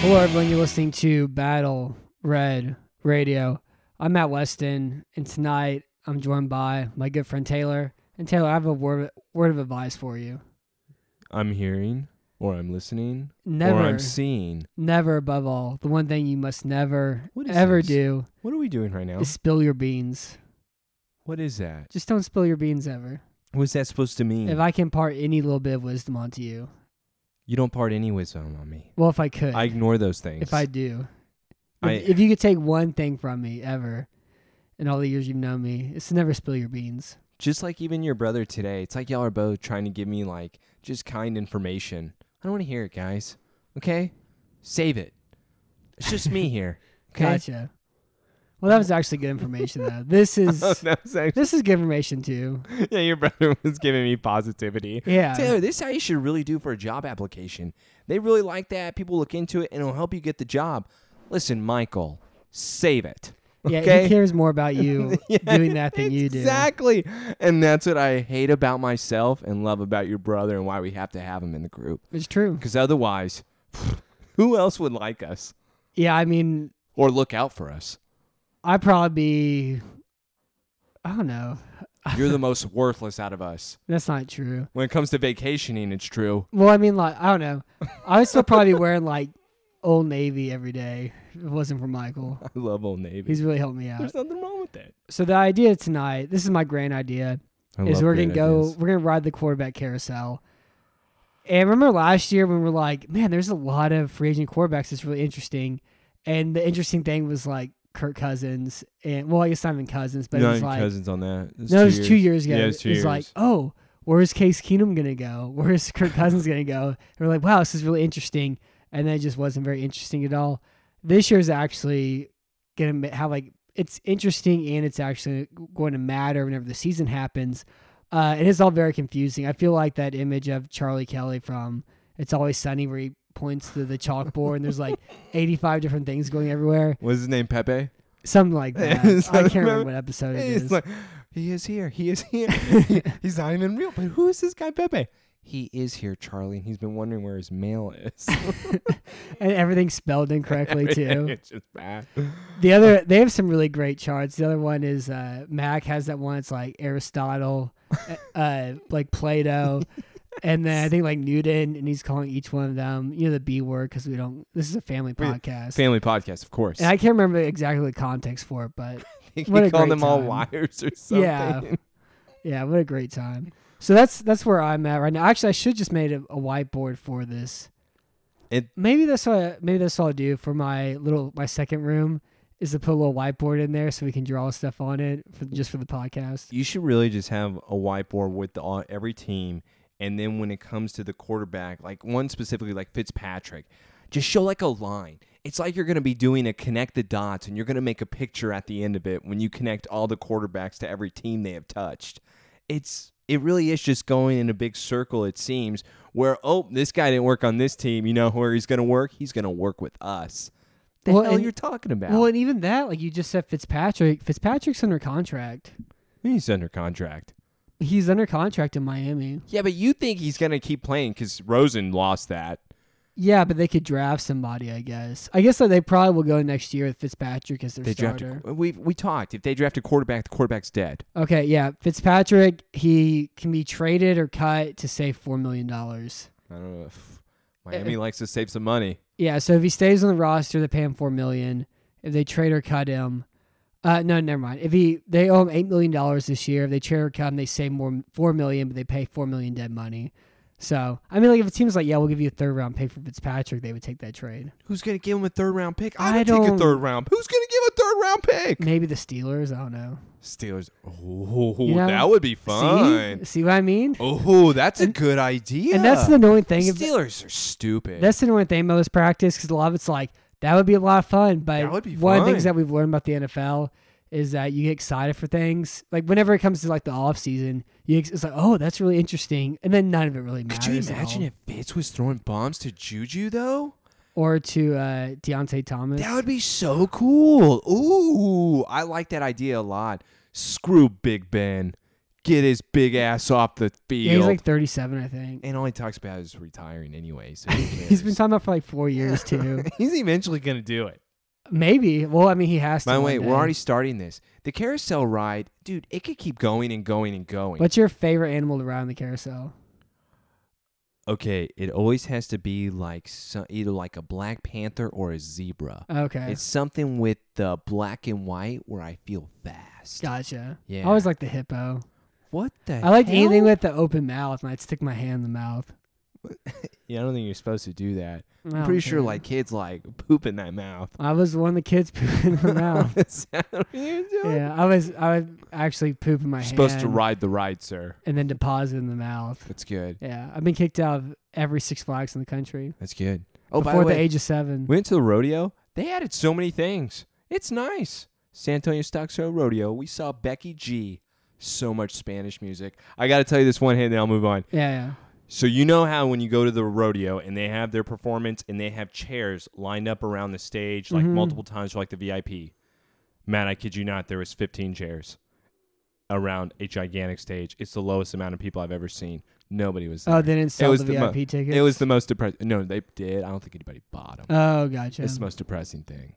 Hello, everyone. You're listening to Battle Red Radio. I'm Matt Weston, and tonight I'm joined by my good friend Taylor. And Taylor, I have a word, word of advice for you. I'm hearing, or I'm listening, Never, or I'm seeing. never above all, the one thing you must never, What is ever this? do What are we doing right now? is spill your beans. what is that? Just don't spill your beans ever. What's that supposed to mean? If I can impart any little bit of wisdom onto you, you don't part any wisdom on me. well, if I could, I ignore those things. if I do, I- if, if you could take one thing from me ever in all the years you've known me, it's to never spill your beans. just like even your brother today, it's like y'all are both trying to give me like just kind information. I don't want to hear it, guys. Okay, save it. It's just me here. Okay. Gotcha. Well, that was actually good information, though. This is that was actually, this is good information too. yeah, your brother was giving me positivity. Yeah. Taylor, this is how you should really do for a job application. They really like that. People look into it and it'll help you get the job. Listen, Michael, save it. Yeah, he okay? cares more about you Yeah, doing that than you do. Exactly. And that's what I hate about myself and love about your brother and why we have to have him in the group. It's true. Because otherwise, who else would like us Yeah, I mean, or look out for us? I'd probably be I don't know. You're the most worthless out of us. That's not true. When it comes to vacationing, it's true. Well, I mean like I don't know. I would still probably be wearing like old navy every day if it wasn't for Michael. I love Old Navy. He's really helped me out. There's nothing wrong with that. So the idea tonight, this is my grand idea. is we're gonna go we're gonna ride the quarterback carousel. And remember last year when we were like, man, there's a lot of free agent quarterbacks that's really interesting. And the interesting thing was like Kirk Cousins and well, I guess not even Cousins, but it was like cousins on that. no, it was two years ago. Yeah, it was two years. like, oh, where's Case Keenum gonna go? Where's Kirk Cousins gonna go? And we're like, wow, this is really interesting. And then it just wasn't very interesting at all. This year's actually gonna ma- have like it's interesting and it's actually going to matter whenever the season happens. Uh, and it's all very confusing. I feel like that image of Charlie Kelly from It's Always Sunny where he points to the chalkboard and there's like 85 different things going everywhere. What's his name? Pepe. Something like that. It's I like- can't remember what episode it It's is. like, he is here. He is here. He- he's not even real. But who is this guy, Pepe? He is here, Charlie, and he's been wondering where his mail is. and everything's spelled incorrectly too. it's just bad. The other they have some really great charts. The other one is uh, Mac has that one. It's like Aristotle, uh, uh, like Plato, and then I think like Newton, and he's calling each one of them you know the B word because we don't. This is a family We- podcast, Family podcast, of course. and I can't remember exactly the context for it, but he what a great called them all time. liars or something. Yeah. yeah, what a great time. So that's that's where I'm at right now. Actually, I should just made a, a whiteboard for this. It- maybe that's what I, maybe that's what I'll do for my little my second room is to put a little whiteboard in there so we can draw stuff on it for, just for the podcast. You should really just have a whiteboard with the, all, every team, and then when it comes to the quarterback, like one specifically, like Fitzpatrick, just show like a line. It's like you're going to be doing a connect the dots, and you're going to make a picture at the end of it when you connect all the quarterbacks to every team they have touched. It's it really is just going in a big circle. It seems where oh this guy didn't work on this team. You know where he's going to work? He's going to work with us. The Well, hell and- you're talking about? Well, and even that, like you just said, Fitzpatrick. Fitzpatrick's under contract. he's under contract. He's under contract in Miami. Yeah, but you think he's going to keep playing because Rosen lost that. Yeah, but they could draft somebody, I guess. I guess that they probably will go next year with Fitzpatrick as their They starter. drafted. We we talked. If they draft a quarterback, the quarterback's dead. Okay, yeah, Fitzpatrick. He can be traded or cut to save four million dollars. I don't know if Miami likes to save some money. Yeah, so if he stays on the roster, they pay him four million. If they trade or cut him, uh, no, never mind. If he they owe him eight million dollars this year, if they trade or cut him, they save more four million, but they pay four million dead money. So I mean, like if a team's like, yeah, we'll give you a third round pick for Fitzpatrick, they would take that trade. Who's gonna give him a third round pick? I I would take a don't- third round. Who's gonna give a third round pick? Maybe the Steelers. I don't know. Steelers. Oh, You know, that would be fun. See, see what I mean? Oh, that's a good idea. And that's the annoying thing. ab- Steelers are stupid. That's the annoying thing about this practice because a lot of it's like that would be a lot of fun, but That would be one of the things fun. that we've learned about the NFL is that you get excited for things. Like whenever it comes to like the off season, you ex- it's like, oh, that's really interesting, and then none of it really matters. Could you at imagine all. if Fitz was throwing bombs to Juju though? Or to uh, Deontay Thomas. That would be so cool. Ooh, I like that idea a lot. Screw Big Ben. Get his big ass off the field. yeah, he's like 37, I think. and all he talks about is retiring anyway. So who He's been cares? talking about for like four years too. He's eventually gonna do it. Maybe. Well, I mean, he has to. By the one way, day. we're already starting this. The carousel ride, dude, it could keep going and going and going. What's your favorite animal to ride on the carousel? Okay, it always has to be like so, either like a black panther or a zebra. Okay, It's something with the black and white where I feel fast. gotcha. Yeah. I always like the hippo. What the? I like hell? anything with the open mouth, and I'd stick my hand in the mouth. Yeah, I don't think you're supposed to do that. I I'm Oh, don't pretty sure care. like kids like poop in that mouth. I was one of the kids pooping in my mouth. Is that what you're doing? yeah, I was I would actually poop in my You're hand supposed to ride the ride, sir. and then deposit in the mouth. That's good. Yeah, I've been kicked out of every Six Flags in the country That's good. Oh, before by the the way, age of seven. went to the rodeo. They added so many things. It's nice. San Antonio Stock Show Rodeo. We saw Becky G. So much Spanish music. I got to tell you this one hand, then I'll move on. yeah, yeah. So you know how when you go to the rodeo and they have their performance and they have chairs lined up around the stage like Mhm. multiple times for like the VIP. Man, I kid you not, there was 15 chairs around a gigantic stage. It's the lowest amount of people I've ever seen. Nobody was there. Oh, they didn't sell was the, the mo- VIP tickets. it was the most depressing. No, they did. I don't think anybody bought them. Oh, gotcha. It's the most depressing thing.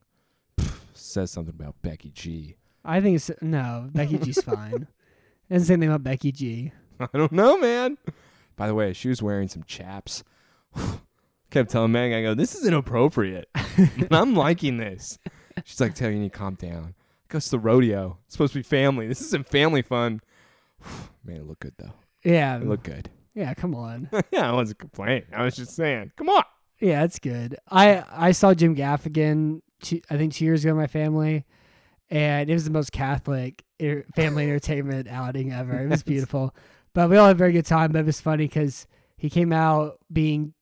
Pff, says something about Becky G. I think it's no. Becky G's fine. Doesn't say anything about Becky G. I don't know, man. By the way, she was wearing some chaps. Kept telling Meg, I go, this is inappropriate. and I'm liking this. She's like, tell you, you need to calm down. I go, it's the rodeo. It's supposed to be family. This isn't family fun. Made it look good, though. Yeah, It looked good. yeah. Come on. yeah, I wasn't complaining. I was just saying, come on. Yeah, that's good. I I saw Jim Gaffigan. Two, I think two years ago, in my family, and it was the most Catholic er, family entertainment outing ever. It was beautiful, but we all had a very good time. But it was funny because he came out being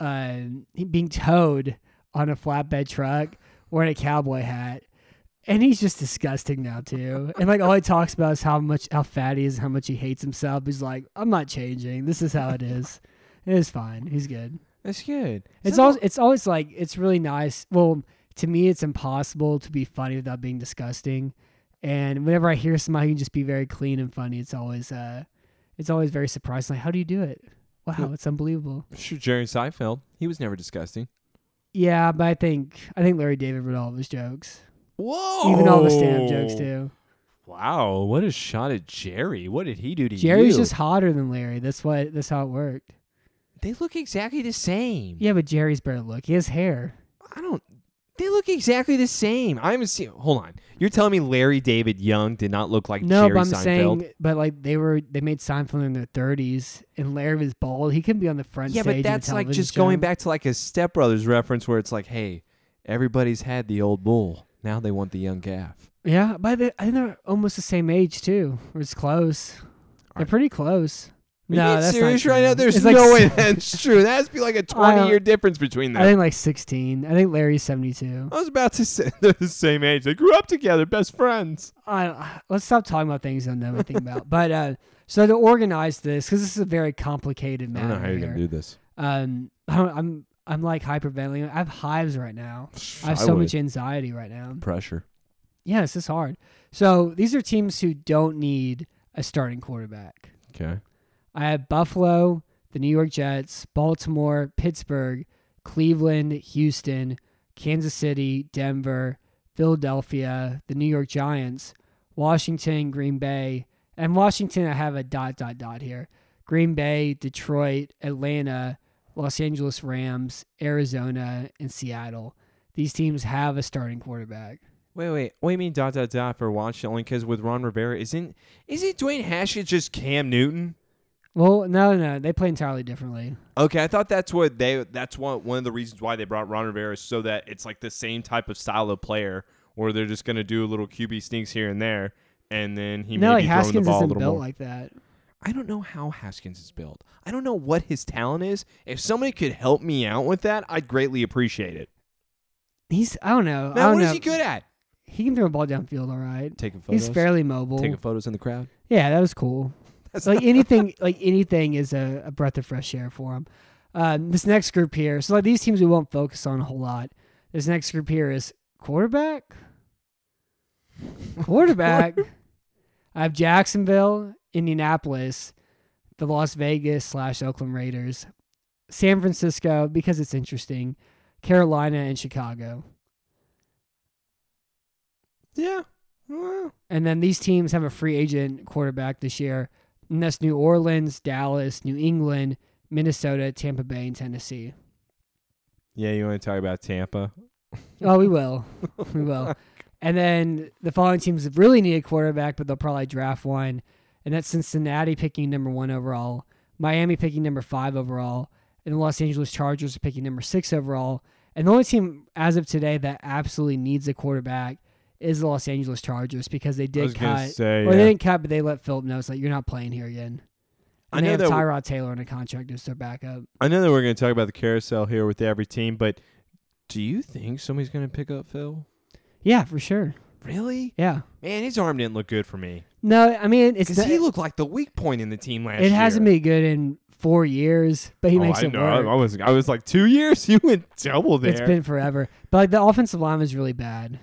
uh, he- being towed on a flatbed truck wearing a cowboy hat. And he's just disgusting now too. And like all he talks about is how much how fat he is, and how much he hates himself. He's like, I'm not changing. This is how it is. It is fine. He's good. That's good. It's always it's always like it's really nice. Well, to me, it's impossible to be funny without being disgusting. And whenever I hear somebody who can just be very clean and funny, it's always uh, it's always very surprising. Like, how do you do it? Wow, it's unbelievable. Shoot, Jerry Seinfeld. He was never disgusting. Yeah, but I think I think Larry David wrote all of his jokes, Whoa. even all the stand-up jokes Oh, too. Wow, what a shot at Jerry. What did he do to you? Jerry's just hotter than Larry. That's what that's how it worked. They look exactly the same. Yeah, but Jerry's better look. He has hair. I don't. They look exactly the same. I haven't seen. Hold on. You're telling me Larry David Young did not look like No, Jerry but I'm Seinfeld? saying, but like they were, they made Seinfeld in their 30s, and Larry was bald. He couldn't be on the front. yeah, stage but of a that's like television just going show. back to like a Step Brothers reference where it's like, hey, everybody's had the old bull. Now they want the young calf. Yeah, but they, I think they're almost the same age too. Or it's close. Are- They're pretty close. Are no, you being that's serious not right true. now? There's It's no like way s- that's true. That has to be like a 20 year difference between I them. think like 16. I think Larry's 72. I was about to say they're the same age. They grew up together, best friends. I, let's stop talking about things I don't know anything about. But uh, so to organize this, because this is a very complicated matter. here, do this. Um, I don't, I'm I'm like hyperventilating. I have hives right now. I have so much anxiety right now. pressure. Yeah, this is hard. So these are teams who don't need a starting quarterback. Okay. I have Buffalo, the New York Jets, Baltimore, Pittsburgh, Cleveland, Houston, Kansas City, Denver, Philadelphia, the New York Giants, Washington, Green Bay, and Washington. I have a dot dot dot here: Green Bay, Detroit, Atlanta, Los Angeles Rams, Arizona, and Seattle. These teams have a starting quarterback. Wait, wait. What do you mean dot dot dot for Washington? Only because with Ron Rivera, isn't isn't Dwayne Haskins just Cam Newton? Well, no, no, they play entirely differently. Okay, I thought that's what they that's one one of the reasons why they brought Ron Rivera is so that it's like the same type of style of player where they're just gonna do little QB stinks here and there and then he no, may like be throwing the Haskins ball a isn't little built more. like that. I don't know how Haskins is built. I don't know what his talent is. If somebody could help me out with that, I'd greatly appreciate it. He's I don't know. I Man, don't what is know. he good at? He can throw a ball downfield, all right. Taking photos. He's fairly mobile. taking photos in the crowd. Yeah, that was cool. That's like anything, like anything is a, a breath of fresh air for him. Um, this next group here, so like these teams we won't focus on a whole lot. This next group here is quarterback, quarterback. I have Jacksonville, Indianapolis, the Las Vegas slash Oakland Raiders, San Francisco because it's interesting, Carolina and Chicago. Yeah. Well, And then these teams have a free agent quarterback this year. And that's New Orleans, Dallas, New England, Minnesota, Tampa Bay, and Tennessee. yeah, you want to talk about Tampa? Oh, we will. We will. And then the following teams that really need a quarterback, but they'll probably draft one. And that's Cincinnati picking number one overall, Miami picking number five overall, and the Los Angeles Chargers are picking number six overall. And the only team as of today that absolutely needs a quarterback is the Los Angeles Chargers because they I did was gonna cut say. Well, yeah. they didn't cut, but they let Philip know it's like you're not playing here again. uh, I And they know have that- Tyrod Taylor on a contract as their backup. I know that we're going to talk about the carousel here with every team, but do you think somebody's going to pick up Phil? Yeah, for sure. Really? Yeah. Man, his arm didn't look good for me. No, I mean it's Because not- he looked like the weak point in the team last year. it hasn't been good in four years, but he Oh, makes I it know. I, I work. was I was like two years. You went double there. It's been forever, but like the offensive line was really bad.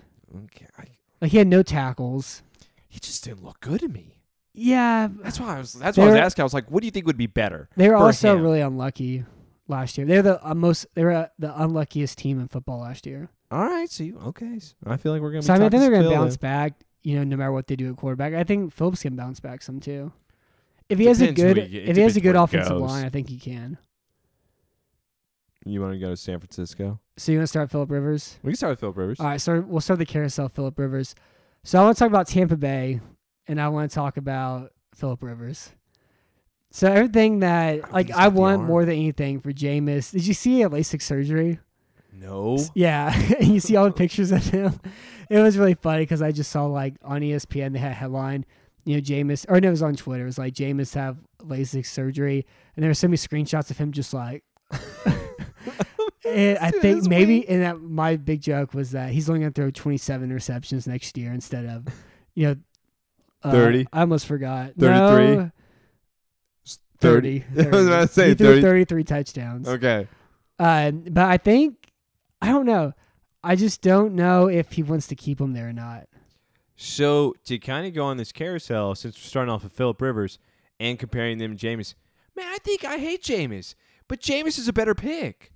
okay. I, Like he had no tackles. he just didn't look good to me. Yeah, That's why I was. That's why I was They're- asking. I was like, "What do you think would be better?" they were for also him? really unlucky last year. They're the uh, most. They were uh, the unluckiest team in football last year. All right. So you, okay. So I feel like we're gonna. Be So I mean, I talking think they're going to Phil bounce then. back. You know, no matter what they do at quarterback, I think Phillips can bounce back some too. If he has a Depends who good, he- it if he has a depends good where he offensive goes. line, I think he can. You want to go to San Francisco? So you want to start Philip Rivers? We can start with Phil Rivers. All right, so we'll start the carousel, Philip Rivers. So I want to talk about Tampa Bay, and I want to talk about Philip Rivers. So everything that think like he's I got the want arm. more than anything for Jameis. Did you see a LASIK surgery? No. Yeah, you see all the pictures of him. It was really funny because I just saw like on E ESPN they had a headline, you know, Jameis, or no, it was on Twitter. It was like Jameis have LASIK surgery, and there were so many screenshots of him just like. and Eh, I Dude, think that's maybe, weak. and that my big joke was that he's only going to throw 27 receptions next year instead of, you know, uh, 30? I almost forgot. 33? No, 30. 30. I was about to say he threw 30. 33 touchdowns. Okay. Uh, but I think I don't know. I just don't know if he wants to keep him there or not. So to kind of go on this carousel, since we're starting off with Philip Rivers and comparing them to Jameis, man, I think I hate Jameis, but Jameis is a better pick.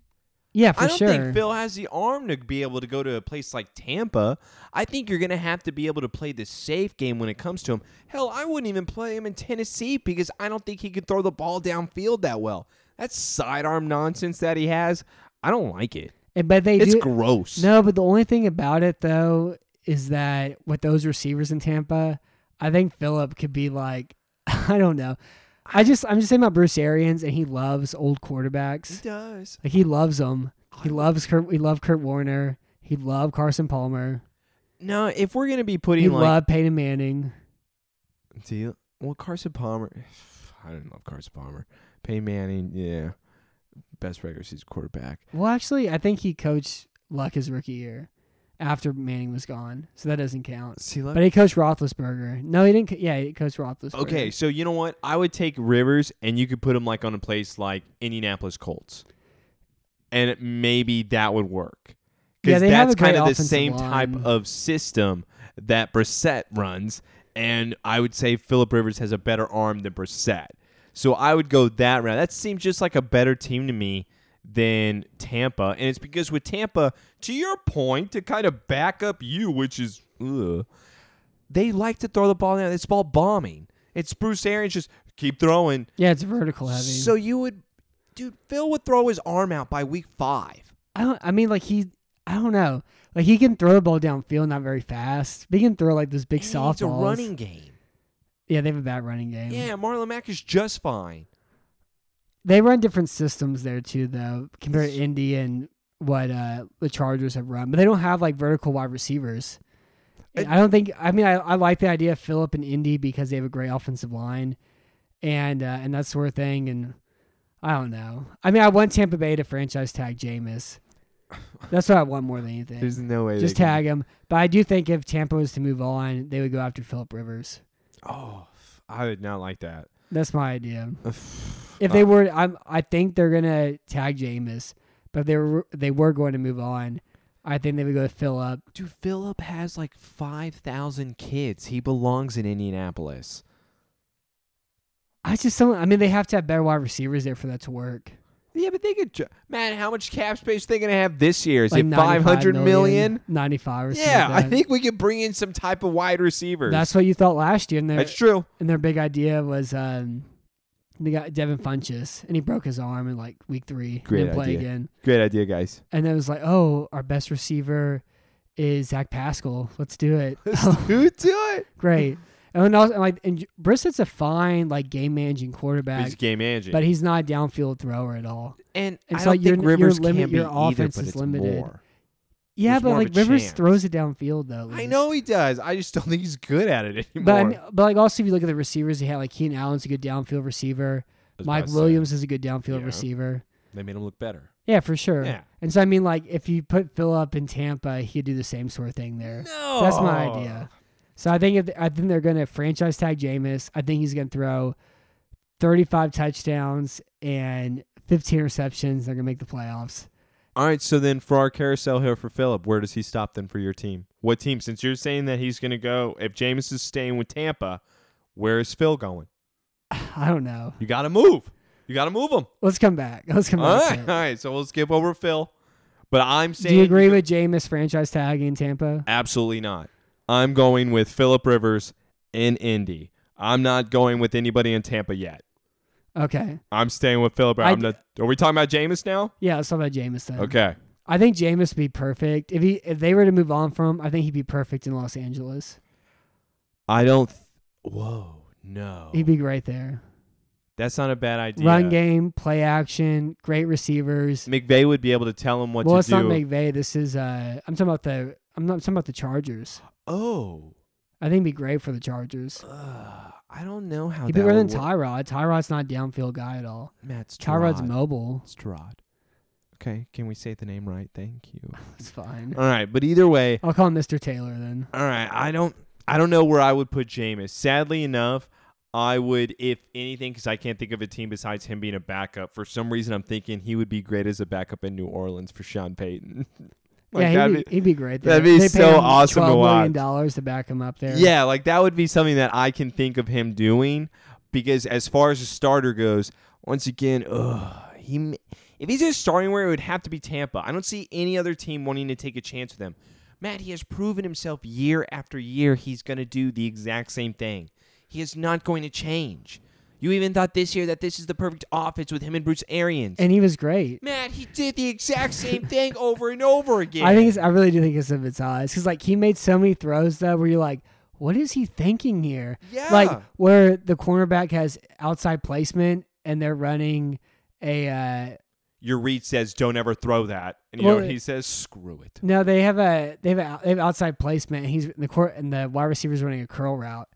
Yeah, for I don't sure. think Phil has the arm to be able to go to a place like Tampa. I think you're going to have to be able to play the safe game when it comes to him. Hell, I wouldn't even play him in Tennessee because I don't think he could throw the ball downfield that well. That sidearm nonsense that he has, I don't like it. And- but they It's do gross. no. But the only thing about it though is that with those receivers in Tampa, I think Philip could be like I don't know. I just I'm just saying about Bruce Arians and he loves old He quarterbacks. does. Like he loves them. He loves Kurt. He loved Kurt Warner. He loved Carson Palmer. No, if we're going to be He putting like loved Peyton Manning. Do you? Well, Carson Palmer. I didn't love Carson Palmer. Peyton Manning, yeah, best regular season quarterback. Well, actually, I think he coached Luck his rookie year after Manning was gone, so that doesn't count. See, But he coached Roethlisberger. No, he didn't. co- Yeah, he coached Roethlisberger. okay, so you know what? I would take Rivers, and you could put him like on a place like Indianapolis Colts, and it- maybe that would work. Yeah, Because they have that's a great kind of the offensive same type line. of system that Brissett runs, and I would say Philip Rivers has a better arm than Brissett. So I would go that route. That seems just like a better team to me than Tampa. And it's because with Tampa, to your point, to kind of back up you, which is ugh, they like to throw the ball down. It's ball bombing. It's Bruce Arians just keep throwing. Yeah, it's vertical heavy. So you would, dude, Phil would throw his arm out by week five. I don't. I mean, like he. I don't know. Like he can throw the ball downfield, not very fast. But he can throw like those big And he needs a softballs. running game. Yeah, they have a bad running game. Yeah, Marlon Mack is just fine. They run different systems there too, though, compared to Indy and what uh, the Chargers have run. But they don't have like vertical wide receivers. And I don't think. I mean, I, I like the idea of Philip and Indy because they have a great offensive line, and uh, and that sort of thing. And I don't know. I mean, I want Tampa Bay to franchise tag Jameis. That's what I want more than anything. There's no way. Just they can- tag him. But I do think if Tampa was to move on, they would go after Philip Rivers. Oh, f- I would not like that. That's my idea. If If they were, I'm, I think they're gonna tag Jameis. But if they were, they were going to move on. I think they would go with Philip. Dude, Philip has like 5,000 kids. He belongs in Indianapolis. I just don't. I mean, they have to have better wide receivers there for that to work. Yeah, but they could. ju- Man, how much cap space they going to have this year? Is Like it 95 500 million? ninety-five or something. Yeah, like I that. think we could bring in some type of wide receiver. that's what you thought last year. And their That's true. and their big idea was um, they got Devin Funches, and he broke his arm in like week three. Great didn't play idea. again. Great idea, guys. And then it was like, oh, our best receiver is Zach Pascal. Let's do it. Who do it? Great. And then also, like, and Brissett's a fine, like, game managing quarterback, He's game managing. but he's not a downfield thrower at all. and and I so don't your- think your Rivers limit- can be your either, offense but is it's limited. more. Yeah, There's but more of like a Rivers chance. throws it downfield though. at I least. know he does. I just don't think he's good at it anymore. but I mean- but like also if you look at the receivers, they had like Keenan Allen's a good downfield receiver. I was about Mike to say, Williams is a good downfield Yeah. receiver. They made him look better. Yeah, for sure. Yeah. And so I mean, like if you put Phillip in Tampa, he'd do the same sort of thing there. No. That's my idea. So I think if, I think they're going to franchise tag Jameis. I think he's going to throw 35 touchdowns and 15 receptions. They're going to make the playoffs. All right, so then for our carousel here for Philip, where does he stop then for your team? What team? Since you're saying that he's going to go, if James is staying with Tampa, where is Phil going? I don't know. You got to move. You got to move him. Let's come back. Let's come All back. right, to all it. right. So we'll skip over Phil, but I'm saying Do you agree with Jameis franchise tag in Tampa? absolutely not. I'm going with Philip Rivers in Indy. I'm not going with anybody in Tampa yet. Okay. I'm staying with Philip. I- I'm not, are we talking about Jameis now? Yeah, let's talk about Jameis then. Okay. I think Jameis would be perfect. If he if they were to move on from him, I think he'd be perfect in Los Angeles. I don't. Th- Whoa, no. He'd be great there. That's not a bad idea. Run game, play action, great receivers. McVay would be able to tell him what well, to it's do. not McVay. This is uh, I'm talking about the I'm not I'm talking about the Chargers. oh, I think it'd be great for the Chargers. uh, I don't know how He'd that be better than would work. Tyrod. Tyrod's not a downfield guy at all. Matt's Tyrod's mobile. It's Tyrod. Okay, can we say the name right? Thank you. It's fine. All right, but either way, I'll call him Mr. Taylor then. all right. I don't, I don't know where I would put Jameis. Sadly enough, I would, if anything, because I can't think of a team besides him being a backup. For some reason, I'm thinking he would be great as a backup in New Orleans for Sean Payton. Like, yeah, that'd he'd be- be, he'd be great. There. that'd be they paid so him awesome to $12 million watch. dollars to back him up there. Yeah, like that would be something that I can think of him doing because as far as a starter goes, once again, ugh, he m- if he's in a starting where it would have to be Tampa. I don't see any other team wanting to take a chance with him. Matt, he has proven himself year after year he's going to do the exact same thing. He is not going to change. You even thought this year that this is the perfect offense with him and Bruce Arians. and he was great. Matt, he did the exact same thing over and over again. I think it's, I really do think it's of its eyes because like he made so many throws though where you're like, what is he thinking here? Yeah. Like where the cornerback has outside placement and they're running a. Uh, your read says don't ever throw that, and you know Well, what he says? Screw it. No, they have a they have a, they have outside placement. And he's in the court and the wide receiver's running a curl route,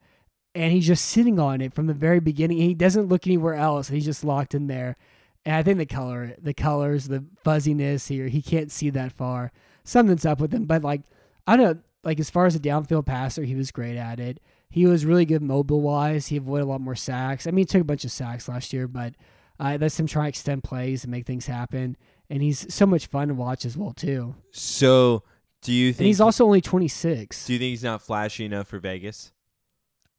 and he's just sitting on it from the very beginning. He doesn't look anywhere else. He's just locked in there. And I think the color, the colors, the fuzziness here, he can't see that far. Something's up with him. But like I don't know, like as far as a downfield passer, he was great at it. He was really good mobile wise. He avoided a lot more sacks. I mean, he took a bunch of sacks last year, but uh, that's him trying to extend plays and make things happen. And he's so much fun to watch as well too. So, do you And think he's also only 26. do you think he's not flashy enough for Vegas?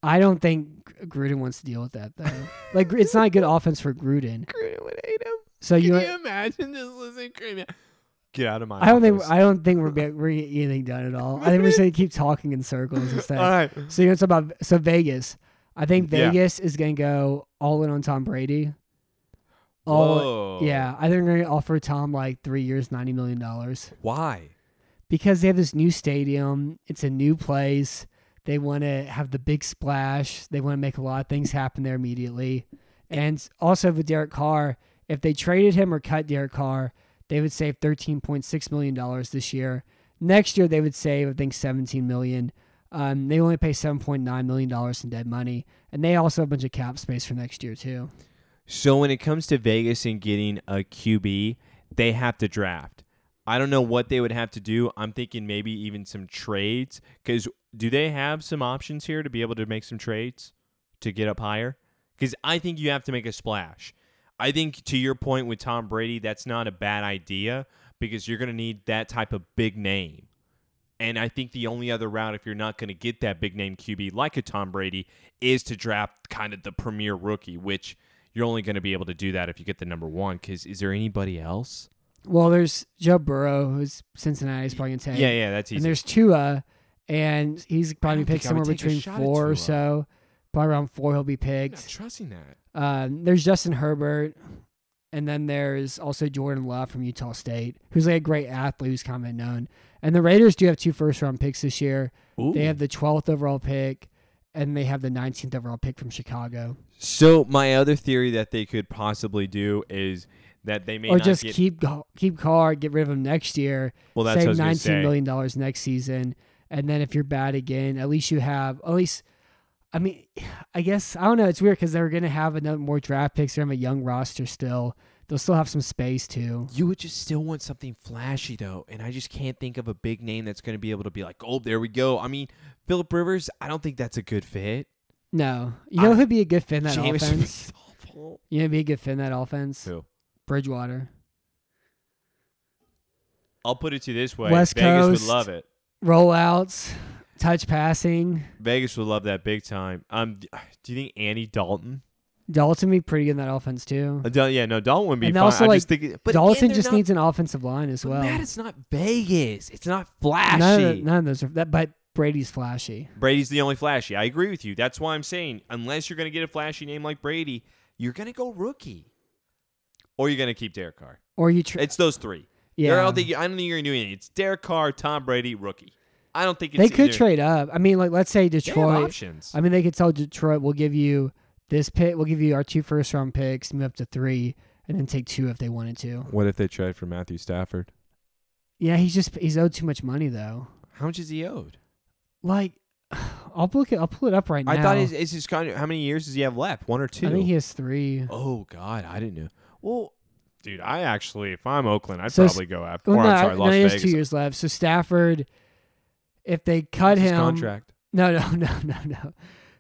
I don't think Gruden wants to deal with that though. like it's not a good offense for Gruden. Gruden would hate him. So you, imagine just listening to Gruden? Get out of my. I don't think office. I don't think we're be- we're gonna get anything done at all. I think we're just gonna keep talking in circles instead. All right. So you're gonna talk about so Vegas. I think Yeah. Vegas is gonna go all in on Tom Brady. All Whoa. yeah, I think they're gonna offer Tom like three years, ninety million dollars. Why? because they have this new stadium. It's a new place. They want to have the big splash. They want to make a lot of things happen there immediately. And also with Derek Carr, If they traded him or cut Derek Carr, they would save thirteen point six million dollars this year. Next year they would save, I think, seventeen million. Um, they only pay seven point nine million dollars in dead money, and they also have a bunch of cap space for next year too. So when it comes to Vegas and getting a QB, they have to draft. I don't know what they would have to do. I'm thinking maybe even some trades cuz do they have some options here to be able to make some trades to get up higher? Cuz I think you have to make a splash. I think to your point with Tom Brady, that's not a bad idea because you're going to need that type of big name. And I think the only other route, if you're not going to get that big name QB like a Tom Brady, is to draft kind of the premier rookie, which you're only going to be able to do that if you get the number one. Because is there anybody else? Well, there's Joe Burrow, who's Cincinnati's probably gonna take. Yeah, yeah, that's And easy. there's Tua, and he's probably don't think picked I would somewhere take a between shot at four or Tua. so. Probably around four, he'll be I'm not picked. trusting that. Um, there's Justin Herbert, and then there's also Jordan Love from Utah State, who's like a great athlete who's kind of unknown. And the Raiders do have two first round picks this year. They have the 12th overall pick, and they have the 19th overall pick from Chicago. so my other theory that they could possibly do is that they may or not just get. keep go- keep Carr, get rid of him next year. Well, that's what I save was gonna say. nineteen million dollars next season, and then if you're bad again, at least you have at least. I mean, I guess I don't know. It's weird because they're gonna have another more draft picks. They're gonna have a young roster still. They'll still have some space too. you would just still want something flashy though, and I just can't think of a big name that's going to be able to be like, oh, there we go. I mean, Philip Rivers, I don't think that's a good fit. No, you know I- who'd be a good fit in that James offense? is awful. You know, who'd be a good fit in that offense. Who? Bridgewater, I'll put it to you this way: West Vegas Coast. would love it. rollouts, touch passing. Vegas would love that big time. Um, do you think Andy Dalton? Dalton would be pretty good in that offense too. Uh, Dal- yeah, no, Dalton would be And fine. also, I like, just think, but Dalton again, they're just not, needs an offensive line as But well. Matt, it's not Vegas. It's not flashy. None of, the- none of those are that, but Brady's flashy. Brady's the only flashy. I agree with you. That's why I'm saying unless you're going to get a flashy name like Brady, you're going to go rookie, or you're going to keep Derek Carr. Or you, tr- It's those three. yeah, I don't think I don't think you're going to do anything. It's Derek Carr, Tom Brady, rookie. I don't think it's they could either. trade up. I mean, like let's say They have Detroit. options. I mean, they could tell Detroit, we'll give you this pick, we'll give you our two first round picks, move up to three, and then take two if they wanted to. what if they trade for Matthew Stafford? Yeah, he's just he's owed too much money though. How much is he owed? Like, I'll look it. I'll pull it up right now. I thought his, is his contract. How many years does he have left? One or two? I think he has three. Oh God, I didn't know. Well, dude, I actually, if I'm Oakland, I'd So s- probably go after. Well, or no, I'm sorry, no, Las he has Vegas. two years left. So Stafford, if they cut What's his him, contract. no, no, no, no, no.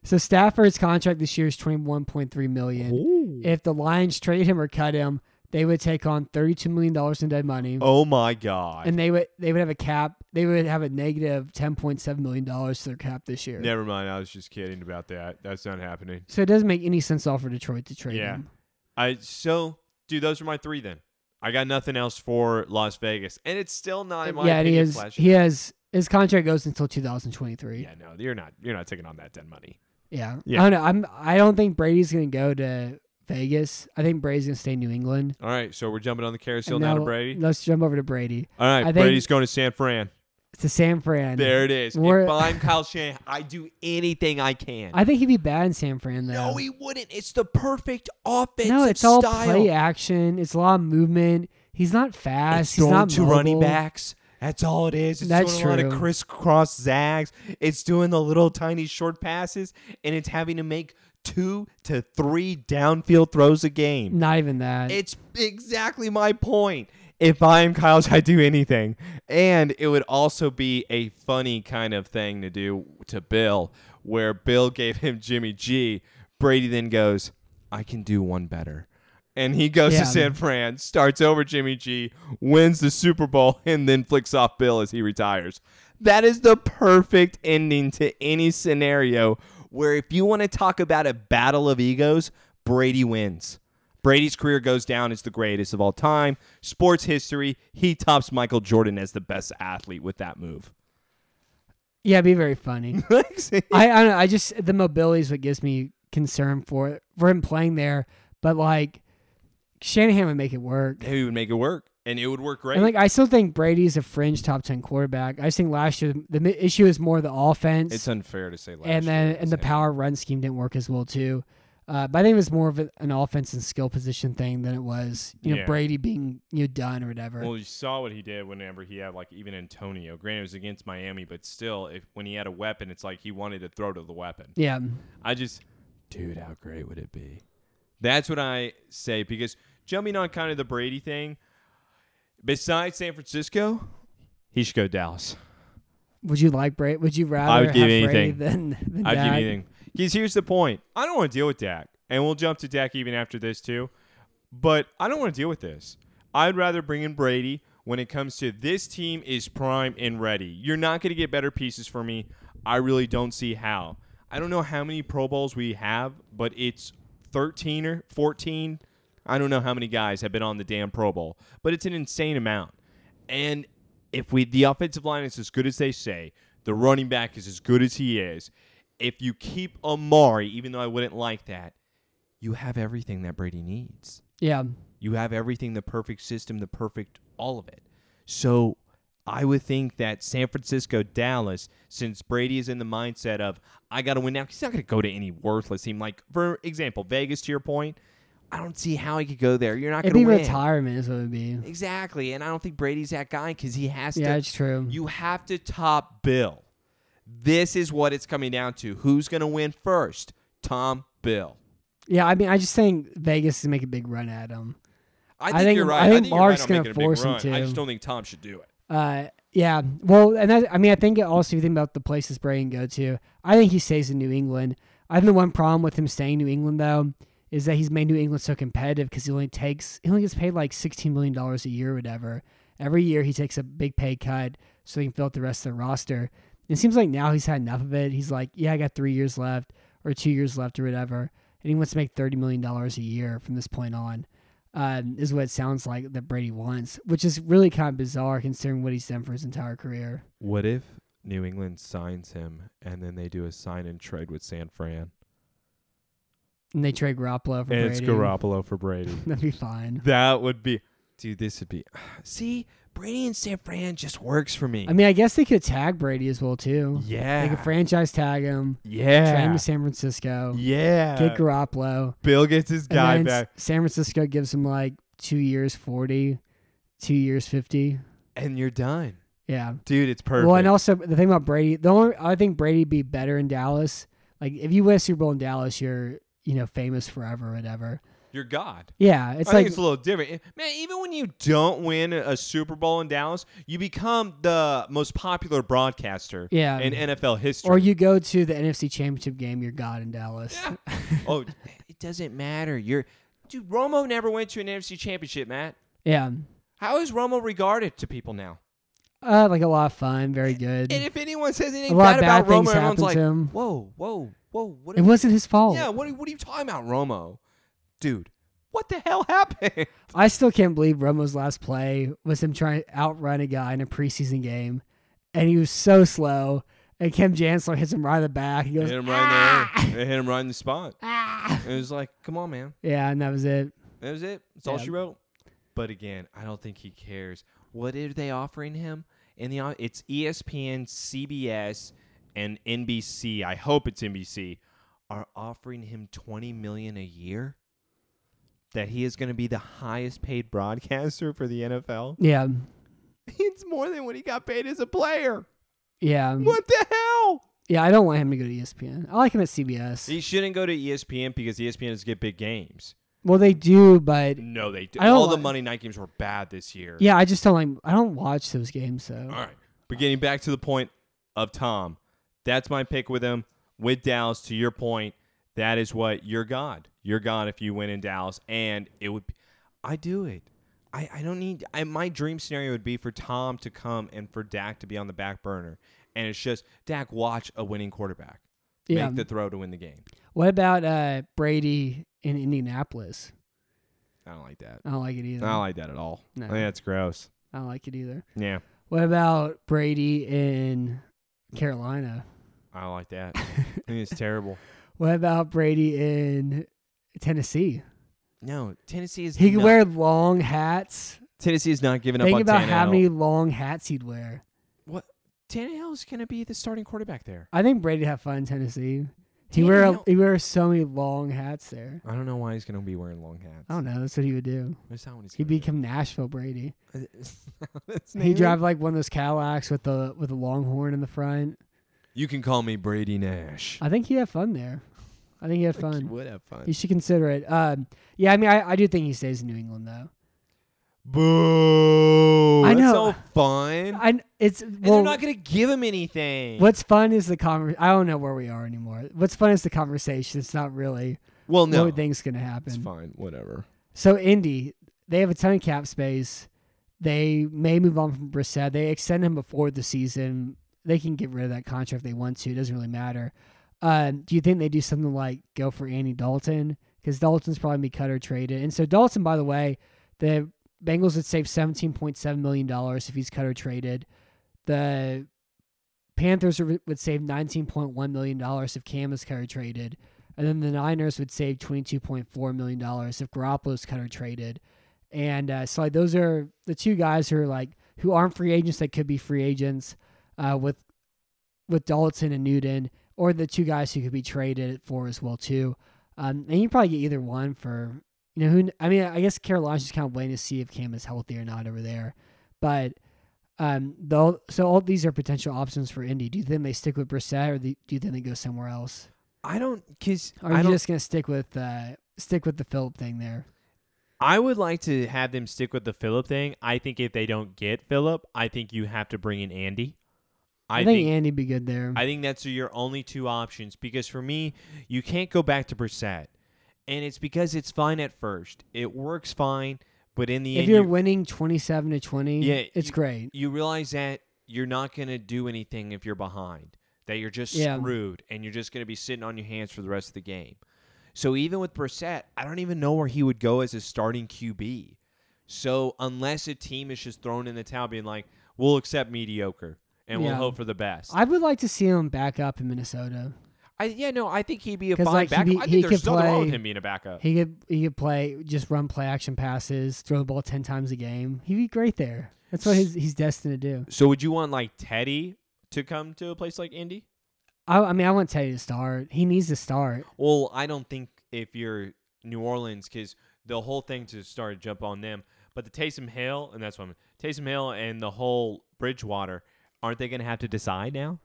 So Stafford's contract this year is twenty one point three million. if the Lions trade him or cut him, they would take on thirty-two million dollars in dead money, Oh my God. and they would they would have a cap. They would have a negative ten point seven million dollars to their cap this year. Never mind. I was just kidding about that. That's not happening. So it doesn't make any sense at all for Detroit to trade Yeah. him. I so, dude, those are my three. Then I got nothing else for Las Vegas, and it's still not in my yeah, and he opinion. has flashy. he has his contract goes until two thousand twenty-three. yeah, no, you're not. You're not taking on that dead money. Yeah. Yeah. I don't know. I'm I don't think Brady's gonna go to Vegas. I think Brady's gonna stay in New England. All right, so we're jumping on the carousel And now, to now Brady. Let's jump over to Brady. All right, I think- Brady's going to San Fran. To San Fran. There it is. We're- If I'm Kyle Shanahan, I do anything I can. I think he'd be bad in San Fran though. No, he wouldn't. It's the perfect offense. no, of it's all style. play action. It's a lot of movement. He's not fast. It's He's throwing not two mobile. running backs. That's all it is. It's That's doing a lot true. of crisscross zags. It's doing the little tiny short passes, and it's having to make two to three downfield throws a game. Not even that. It's exactly my point. If I'm Kyle's, I do anything. And it would also be a funny kind of thing to do to Bill, where Bill gave him Jimmy G. Brady then goes, I can do one better. And he goes Yeah. to San Fran, starts over Jimmy G, wins the Super Bowl, and then flicks off Bill as he retires. That is the perfect ending to any scenario where if you want to talk about a battle of egos, Brady wins. Brady's career goes down as the greatest of all time. Sports history, he tops Michael Jordan as the best athlete with that move. yeah, it'd be very funny. I I, don't know, I just the mobility is what gives me concern for it, for him playing there. But like Shanahan would make it work. he would make it work, and it would work great. And like I still think Brady's a fringe top ten quarterback. I just think last year the mi- issue is more the offense, it's unfair to say last and then year, and the Sam. power run scheme didn't work as well too. Uh, but I think it was more of a, an offense and skill position thing than it was, you know, Yeah. Brady being you know done or whatever. Well, you saw what he did whenever he had like even Antonio. Granted, it was against Miami, but still, if when he had a weapon, it's like he wanted to throw to the weapon. yeah, I just Dude, how great would it be? That's what I say because jumping on kind of the Brady thing, besides San Francisco, he should go Dallas. would you like Brady? Would you rather? would give have anything. Brady than, than I'd give Dak? anything. Because here's the point I don't want to deal with Dak. And we'll jump to Dak even after this, too. But I don't want to deal with this. I'd rather bring in Brady when it comes to this team is prime and ready. You're not going to get better pieces for me. I really don't see how. I don't know how many Pro Bowls we have, but it's 13 or 14. I don't know how many guys have been on the damn Pro Bowl, but it's an insane amount. And if we the offensive line is as good as they say, the running back is as good as he is. If you keep Amari, even though I wouldn't like that, you have everything that Brady needs. Yeah, You have everything, the perfect system, the perfect all of it. So I would think that San Francisco, Dallas, since Brady is in the mindset of I got to win now, he's not going to go to any worthless team. Like for example, Vegas. To your point, I don't see how he could go there. You're not it'd going to be win. retirement is what it'd be. Exactly, and I don't think Brady's that guy because he has Yeah, to. it's true. You have to top Bill. This is what it's coming down to. Who's going to win first? Tom Bill. yeah, I mean, I just think Vegas is make a big run at him. I think think- you're right. I I think think you're right Mark's on gonna going making a big force him run. I to. just don't think Tom should do it. Uh, yeah. Well, and that, I mean, I think it also if you think about the places Brady can go to. I think he stays in New England. I think the one problem with him staying in New England though is that he's made New England so competitive because he only takes he only gets paid like sixteen million dollars a year or whatever. Every year he takes a big pay cut so he can fill out the rest of the roster. It seems like now he's had enough of it. He's like, yeah, I got three years left or two years left or whatever, and he wants to make thirty million dollars a year from this point on um, is what it sounds like that Brady wants, which is really kind of bizarre considering what he's done for his entire career. What if New England signs him and then they do a sign and trade with San Fran? And they trade Garoppolo for And Brady. it's Garoppolo for Brady. That'd be fine. that would be, dude. This would be. See, Brady and San Fran just works for me. I mean, I guess they could tag Brady as well too. yeah, They could franchise tag him, trade him yeah, to San Francisco, yeah. get Garoppolo, Bill gets his and guy then back, S- San Francisco gives him like two years forty, two years fifty. and you're done, Yeah. dude. It's perfect. Well, and also the thing about Brady, the only I think Brady'd be better in Dallas. Like if you win a Super Bowl in Dallas, you're you know famous forever, or whatever. you're God. Yeah, it's I like think it's a little different. Man, even when you don't win a Super Bowl in Dallas, you become the most popular broadcaster Yeah. in NFL history. Or you go to the NFC Championship game, you're God in Dallas. oh, it doesn't matter. You're Dude, Romo never went to an NFC championship, Matt. Yeah. How is Romo regarded to people now? Uh, like a lot of fun, very good. And It, if anyone says anything A lot bad of bad about Romo, things everyone's happened to like, him. whoa, whoa, whoa. What are you- wasn't his fault. Yeah, what are, what are you talking about, Romo? Dude, what the hell happened? I still can't believe Romo's last play was him trying to outrun a guy in a preseason game, and he was so slow. And Kim Chancellor hits him right in the back. He goes, hit him right there. They hit him right in the spot. "Ah." It was like, come on, man. yeah, and that was it. That was it. That's all Yeah. she wrote. But again, I don't think he cares. What are they offering him? In the au- it's E ESPN, CBS, and NBC. I hope it's NBC. Are offering him twenty million a year. That he is going to be the highest paid broadcaster for the NFL. Yeah, It's more than what he got paid as a player. yeah, What the hell? yeah. I don't want him to E go to ESPN. I like him at CBS. He shouldn't go to E ESPN because ESPN does get big games. well, they do, but No, they do. I don't All the li- Monday night games were bad this year. yeah, I just don't like. I don't watch those games, so All right. But getting back to the point of Tom, that's my pick with him. With Dallas, to your point, that is what you're God. You're God if you win in Dallas. And it would be, I do it. I, I don't need, I, my dream scenario would be for Tom to come and for Dak to be on the back burner. And it's just, Dak, watch a winning quarterback yeah. make the throw to win the game. What about uh, Brady in Indianapolis? I don't like that. I don't like it I either. don't like that at all. No. I think that's gross. I don't like it either. Yeah. What about Brady in Carolina? I don't like that. I think it's terrible. What about Brady in Tennessee? No, Tennessee is He could not, wear long hats. Tennessee is not giving up Think on about how Tannehill. many long hats he'd wear. What Tannehill is going to be the starting quarterback there. I think Brady'd have fun in Tennessee. He Yeah, wear you a, know- he wear so many long hats there. I don't know why he's gonna be wearing long hats. I don't know. That's what he would do. That's not what he's He'd gonna become Nashville Brady. do. That's He'd not- drive like one of those Cadillacs with the with a long horn in the front. You can call me Brady Nash. I think he had fun there. I think he had Like, You fun. would have fun. You should consider it. Um, yeah, I mean, I, I do think he stays in New England though. Boo! I That's know. so fun. I it's and well, they're not gonna give him anything. what's fun is the conver. I don't know where we are anymore. What's fun is the conversation. It's not really Well, what no, we think's gonna it's happen. fine. Whatever. So Indy, they have a ton of cap space. They may move on from Brissett. They extend him before the season. They can get rid of that contract if they want to. It doesn't really matter. Um, do you think they do something like go for Andy Dalton? Because Dalton's probably gonna be cut or traded. And so Dalton, by the way, the Bengals would save seventeen point seven million dollars if he's cut or traded. The Panthers are- would save nineteen point one million dollars if Cam is cut or traded. And then the Niners would save $22.4 million if Garoppolo's cut or traded. And uh, so, like, those are the two guys who are like, who aren't free agents that could be free agents uh, with, with Dalton and Newton, or the two guys who could be traded for as well, too. Um, and you probably get either one for, you know, who, kn- I mean, I guess Carolina's just kind of waiting to see if Cam is healthy or not over there. But, um, though, so all these are potential options for Indy. Do you think they stick with Brissett or the, do you think they go somewhere else? I don't because Or I are you don't. just gonna stick with uh, stick with the Philip thing there? I would like to have them stick with the Philip thing. I think if they don't get Philip, I think you have to bring in Andy. I, think, Andy'd be good there. I think that's your only two options because for me, you can't go back to Brissett, and it's because it's fine at first. It works fine, but in the if end, you're you- winning twenty seven to twenty, Yeah, it's you- great. you realize that you're not going to do anything if you're behind, that you're just Yeah. screwed and you're just going to be sitting on your hands for the rest of the game. So even with Brissett, I don't even know where he would go as a starting QB. So unless a team is just thrown in the towel, being like, "We'll accept mediocre and we'll Yeah. hope for the best," I would like to see him back up in Minnesota. I, yeah, no, I think he'd be a 'Cause, fine like, he'd backup. be- I he think there's could nothing wrong with play- him being a backup. He could he could play just run play action passes, throw the ball ten times a game. He'd be great there. That's what he's he's destined to do. so would you want like Teddy to come to a place like Indy? I, I mean, I want Teddy to start. He needs to start. Well, I don't think if you're New Orleans, because the whole thing to start to jump on them, but the Taysom Hill and that's what I'm Taysom Hill and the whole Bridgewater, aren't they going to have to decide now?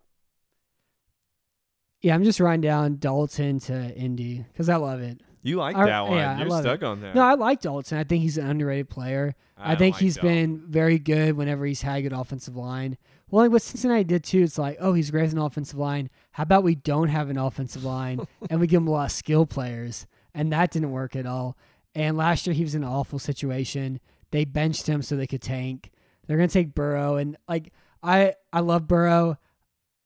Yeah, I'm just writing down Dalton to Indy because I love it. You like I- that one? yeah, I you're love stuck on that. No, I like Dalton. I think he's an underrated player. I, don't think like he's that. been very good whenever he's had a good offensive line. Well, like what Cincinnati did too, it's like, oh, he's great as an offensive line. How about we don't have an offensive line and we give him a lot of skill players? And that didn't work at all. And last year he was in an awful situation. They benched him so they could tank. They're gonna take Burrow and like I I love Burrow.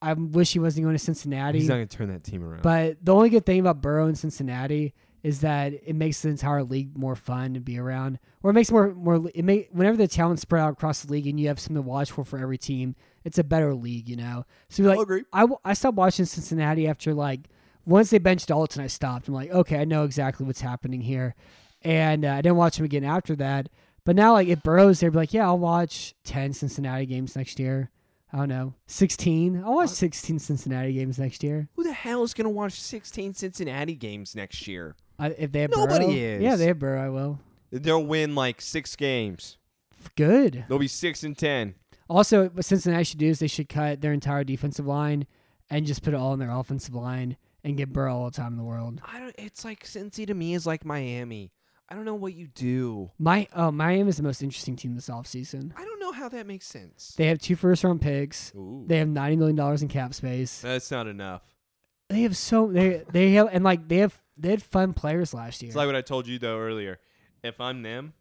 I wish he wasn't going to Cincinnati. He's not gonna turn that team around. But the only good thing about Burrow in Cincinnati is that it makes the entire league more fun to be around, or it makes more more. It may whenever the talent spread out across the league and you have something to watch for for every team, it's a better league, you know. So like, Oh, agree. I w- I stopped watching Cincinnati after like once they benched Dalton, I stopped. I'm like, okay, I know exactly what's happening here, and uh, I didn't watch him again after that. But now like it Burrow's there, be like, yeah, I'll watch ten Cincinnati games next year. I don't know, sixteen. I'll watch Uh, sixteen Cincinnati games next year. Who the hell is gonna watch 16 Cincinnati games next year? I, if they have Nobody Burrow, is. Yeah, they have Burrow. I will. They'll win like six games. F- Good. They'll be six and ten. Also, what Cincinnati should do is they should cut their entire defensive line and just put it all in their offensive line and get Burrow all the time in the world. I don't. It's like Cincy to me is like Miami. I don't know what you do. My oh, Miami is the most interesting team this offseason. I don't know how that makes sense. They have two first round picks. Ooh, They have ninety million dollars in cap space. that's not enough. They have so they they have and like they have they had fun players last year. It's like what I told you though earlier. If I'm them,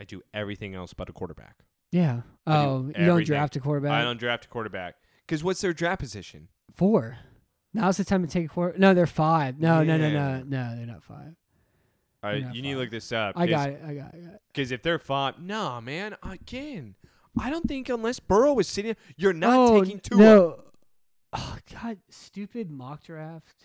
I do everything else but a quarterback. yeah. I do Oh, you don't everything. draft a quarterback. I don't draft a quarterback. Because what's their draft position? Four. Now's the time to take a quarter. No, they're five. No, no, no, no, Yeah. no. They're not five. All right, They're not you need to fine. look this up. I got it. I got it. I got it. Because if they're five, Nah, man. Again, I don't think unless Burrow is sitting, you're not oh, taking two. No. Oh God, stupid mock draft.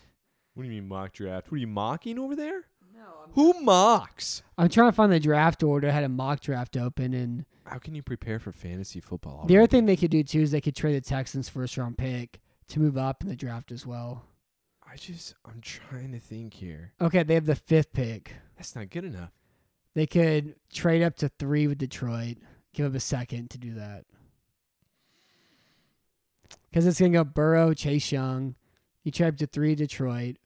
what do you mean mock draft? What are you mocking over there? No, Who mocks? I'm trying to find the draft order. I had a mock draft open, and How can you prepare for fantasy football? the other already? thing they could do too is they could trade the Texans' first round pick to move up in the draft as well. I just I'm trying to think here. Okay, they have the fifth pick. That's not good enough. They could trade up to three with Detroit, give up a second to do that. Because it's going to go Burrow, Chase Young. You trade up to three, Detroit,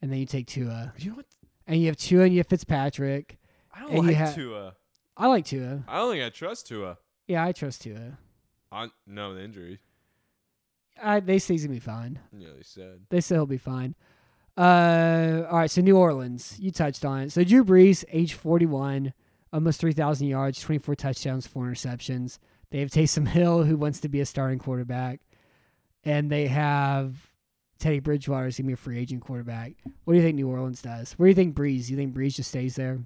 and then you take Tua. You know what? And you have Tua and you have Fitzpatrick. I And don't you like ha- Tua. I like Tua. I don't think I trust Tua. Yeah, I trust Tua. I no the injury. I, they say he's going to be fine. Yeah, they said. They say he'll be fine. Uh, all right, so New Orleans, you touched on it. So Drew Brees, age 41, almost 3,000 yards, 24 touchdowns, four interceptions. They have Taysom Hill, who wants to be a starting quarterback, and they have Teddy Bridgewater, who's gonna be a free agent quarterback. What do you think New Orleans does? Where do you think Brees? You think Brees just stays there?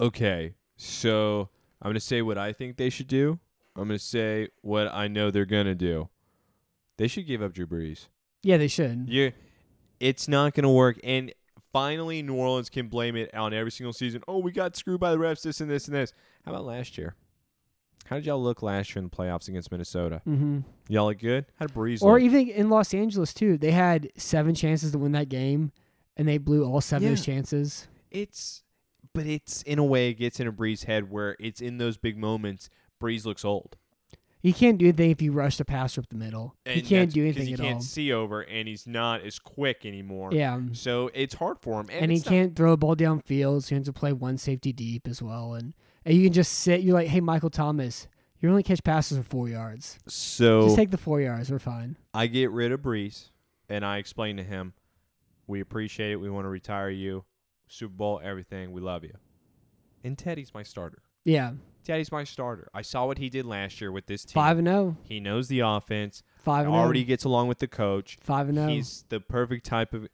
Okay, so I'm gonna say what I think they should do. I'm gonna say what I know they're gonna do. They should give up Drew Brees. Yeah, they should. Yeah, it's not gonna work. And finally, New Orleans can blame it on every single season. Oh, we got screwed by the refs. This and this and this. How about last year? How did y'all look last year in the playoffs against Minnesota? Mm-hmm. Y'all look good. How did Brees Or look? even in Los Angeles too, they had seven chances to win that game, and they blew all seven of those chances. it's, but it's in a way it gets in a Brees' head where it's in those big moments. Brees looks old. He can't do anything if you rush the passer up the middle. he And can't that's do 'cause anything he at can't all. see over, and he's not as quick anymore. yeah. So it's hard for him, and, And he it's not- can't throw a ball downfield, so he has to play one safety deep as well. And, and you can just sit, you're like, hey, Michael Thomas, you only catch passes for four yards. So Just take the four yards, we're fine. I get rid of Brees, and I explain to him, "We appreciate it. We want to retire you, Super Bowl, everything. We love you." And Teddy's my starter. Yeah. Teddy's my starter. I saw what he did last year with this team. Five and oh. He knows the offense. Five and Already oh. gets along with the coach. Five and oh. He's the perfect type of.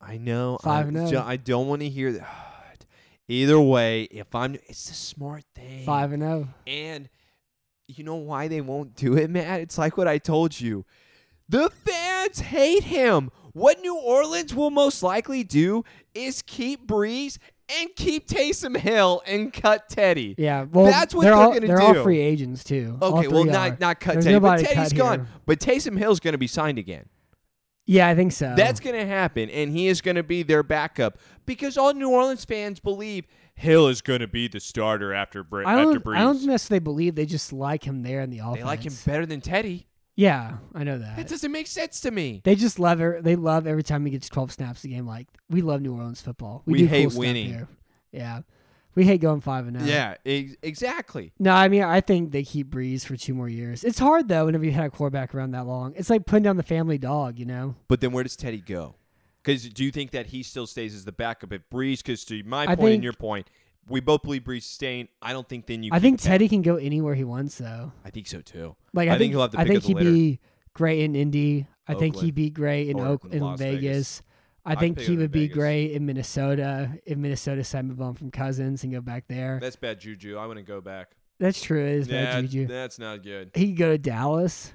I know. Five I, and oh. ju- I don't want to hear that. Either way, if I'm, it's a smart thing. Five and oh. And you know why they won't do it, Matt? It's like what I told you. The fans hate him. What New Orleans will most likely do is keep Breeze and keep Taysom Hill and cut Teddy. Yeah. Well, That's what they're, they're all, gonna they're all do. free agents too. All Okay, well three not are. not cut There's Teddy, but nobody Teddy's cut gone. here. But Taysom Hill's going to be signed again. Yeah, I think so. That's going to happen, and he is going to be their backup because all New Orleans fans believe Hill is going to be the starter after Bre- I after don't, Breeze. I don't necessarily believe they just like him there in the offense. they like him better than Teddy. Yeah, I know that. That doesn't make sense to me. They just love it. They love every time he gets 12 snaps a game. Like we love New Orleans football. We, We do hate cool stuff winning. here. Yeah, we hate going five and zero. Yeah, ex- exactly. No, I mean I think they keep Breeze for two more years. It's hard though whenever you had a quarterback around that long. It's like putting down the family dog. You know. But then where does Teddy go? Because do you think that he still stays as the backup at Breeze? Because to my I point think- and your point, we both believe Breeze is staying. I don't think then you. I keep think Teddy- Teddy can go anywhere he wants though. I think so too. Like I, I think he'll have to I pick think up he'd the litter. be great in Indy. I think Oakland. he'd be great in Or Oak in in Las Vegas. Vegas. I I'd think pick he him in would be Vegas. great in Minnesota. If Minnesota signed a bum from Cousins and go back there, That's bad juju. I wouldn't go back. that's true. It is bad That- juju. That's not good. He could go to Dallas.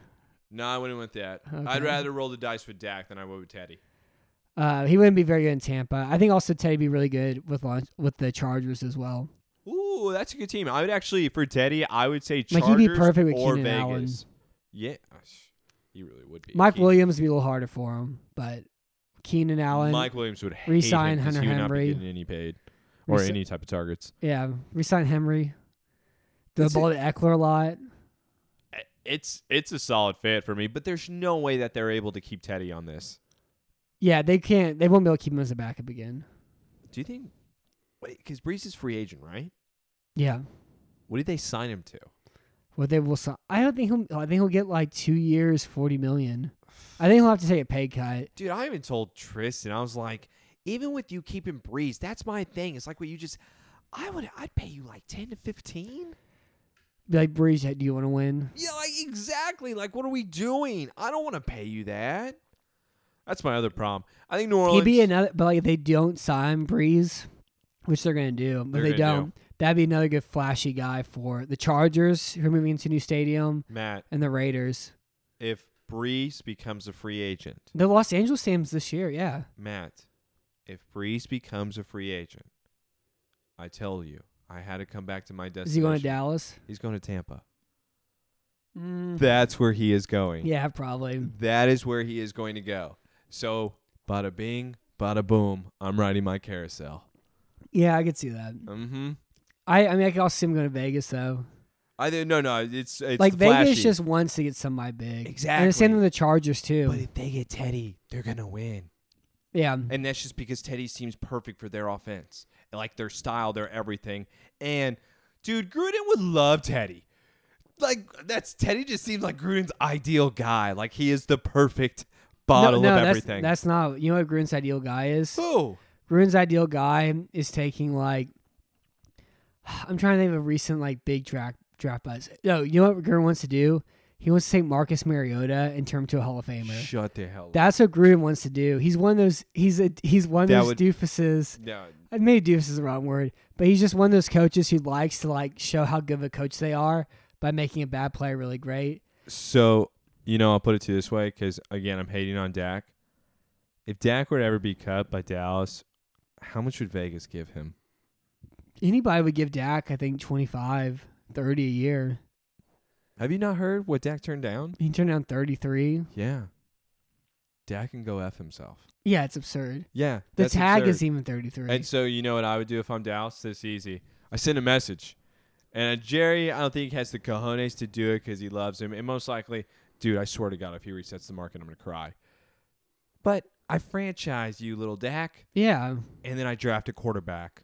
No, I wouldn't want that. Okay. I'd rather roll the dice with Dak than I would with Teddy. Uh, he wouldn't be very good in Tampa. I think also Teddy'd be really good with launch, with the Chargers as well. Ooh, that's a good team. I would actually for Teddy. I would say Like, Chargers he'd be perfect with or Keenan Vegas. Allen. Yeah, gosh, he really would be. Mike Keenan- Williams would be a little harder for him, but Keenan Allen, Mike Williams would hate Resign him 'cause Hunter he would not be Henry. getting any paid or Resi- any type of targets. yeah, resign Henry, the Is ball to Eckler a lot. it's it's a solid fit for me, but there's no way that they're able to keep Teddy on this. Yeah, they can't. They won't be able to keep him as a backup again. Do you think? Wait, because Breeze is free agent, right? Yeah, What did they sign him to? what they will. si- I don't think he'll. I think he'll get like two years, forty million. I think he'll have to take a pay cut. Dude, I even told Tristan. I was like, even with you keeping Breeze, that's my thing. It's like what you just. I would. I'd pay you like ten to fifteen. Be like Breeze, do you want to win? Yeah, like exactly. Like, what are we doing? I don't want to pay you that. That's my other problem. I think New Orleans. He'd be another, but like if they don't sign Breeze, which they're gonna do, but They're they gonna don't, do. that'd be another good flashy guy for the Chargers who are moving into a new stadium Matt, and the Raiders. if Breeze becomes a free agent, The Los Angeles Rams this year, yeah. Matt, if Breeze becomes a free agent, I tell you, I had to come back to my destination. Is he going to Dallas? He's going to Tampa. Mm, Mm. That's where he is going. yeah, probably. That is where he is going to go. So Bada bing, bada boom. I'm riding my carousel. Yeah, I could see that. Mm-hmm. I I mean, I could also see him going to Vegas though. I think- no no. It's it's like Vegas flashy. just wants to get somebody big. And the Exactly. same with the Chargers too. But if they get Teddy, they're gonna win. yeah. And that's just because Teddy seems perfect for their offense, like their style, their everything. And dude, Gruden would love Teddy. Like that's Teddy just seems like Gruden's ideal guy. Like he is the perfect bottle no, no, of that's, everything. That's not you know what Gruden's ideal guy is? Who? Gruden's ideal guy is taking like I'm trying to think of a recent like big draft draft buzz. No, you know what Gruden wants to do? He wants to take Marcus Mariota and turn him to a Hall of Famer. Shut the hell. up. That's what Gruden wants to do. He's one of those. He's a. He's one of That those would- doofuses. No, I maybe doofus is the wrong word, but he's just one of those coaches who likes to like show how good of a coach they are by making a bad player really great. So, you know, I'll put it to you this way because, again, I'm hating on Dak. If Dak were to ever be cut by Dallas, how much would Vegas give him? Anybody would give Dak, I think, 25, 30 a year. Have you not heard what Dak turned down? He turned down 33. Yeah. Dak can go F himself. Yeah, it's absurd. Yeah. The that's tag absurd. is even 33. And so, you know what I would do if I'm Dallas? This easy. I send a message. And uh, Jerry, I don't think has the cojones to do it because he loves him. And most likely, dude, I swear to God, if he resets the market, I'm going to cry. But I franchise you, little Dak, yeah. and then I draft a quarterback.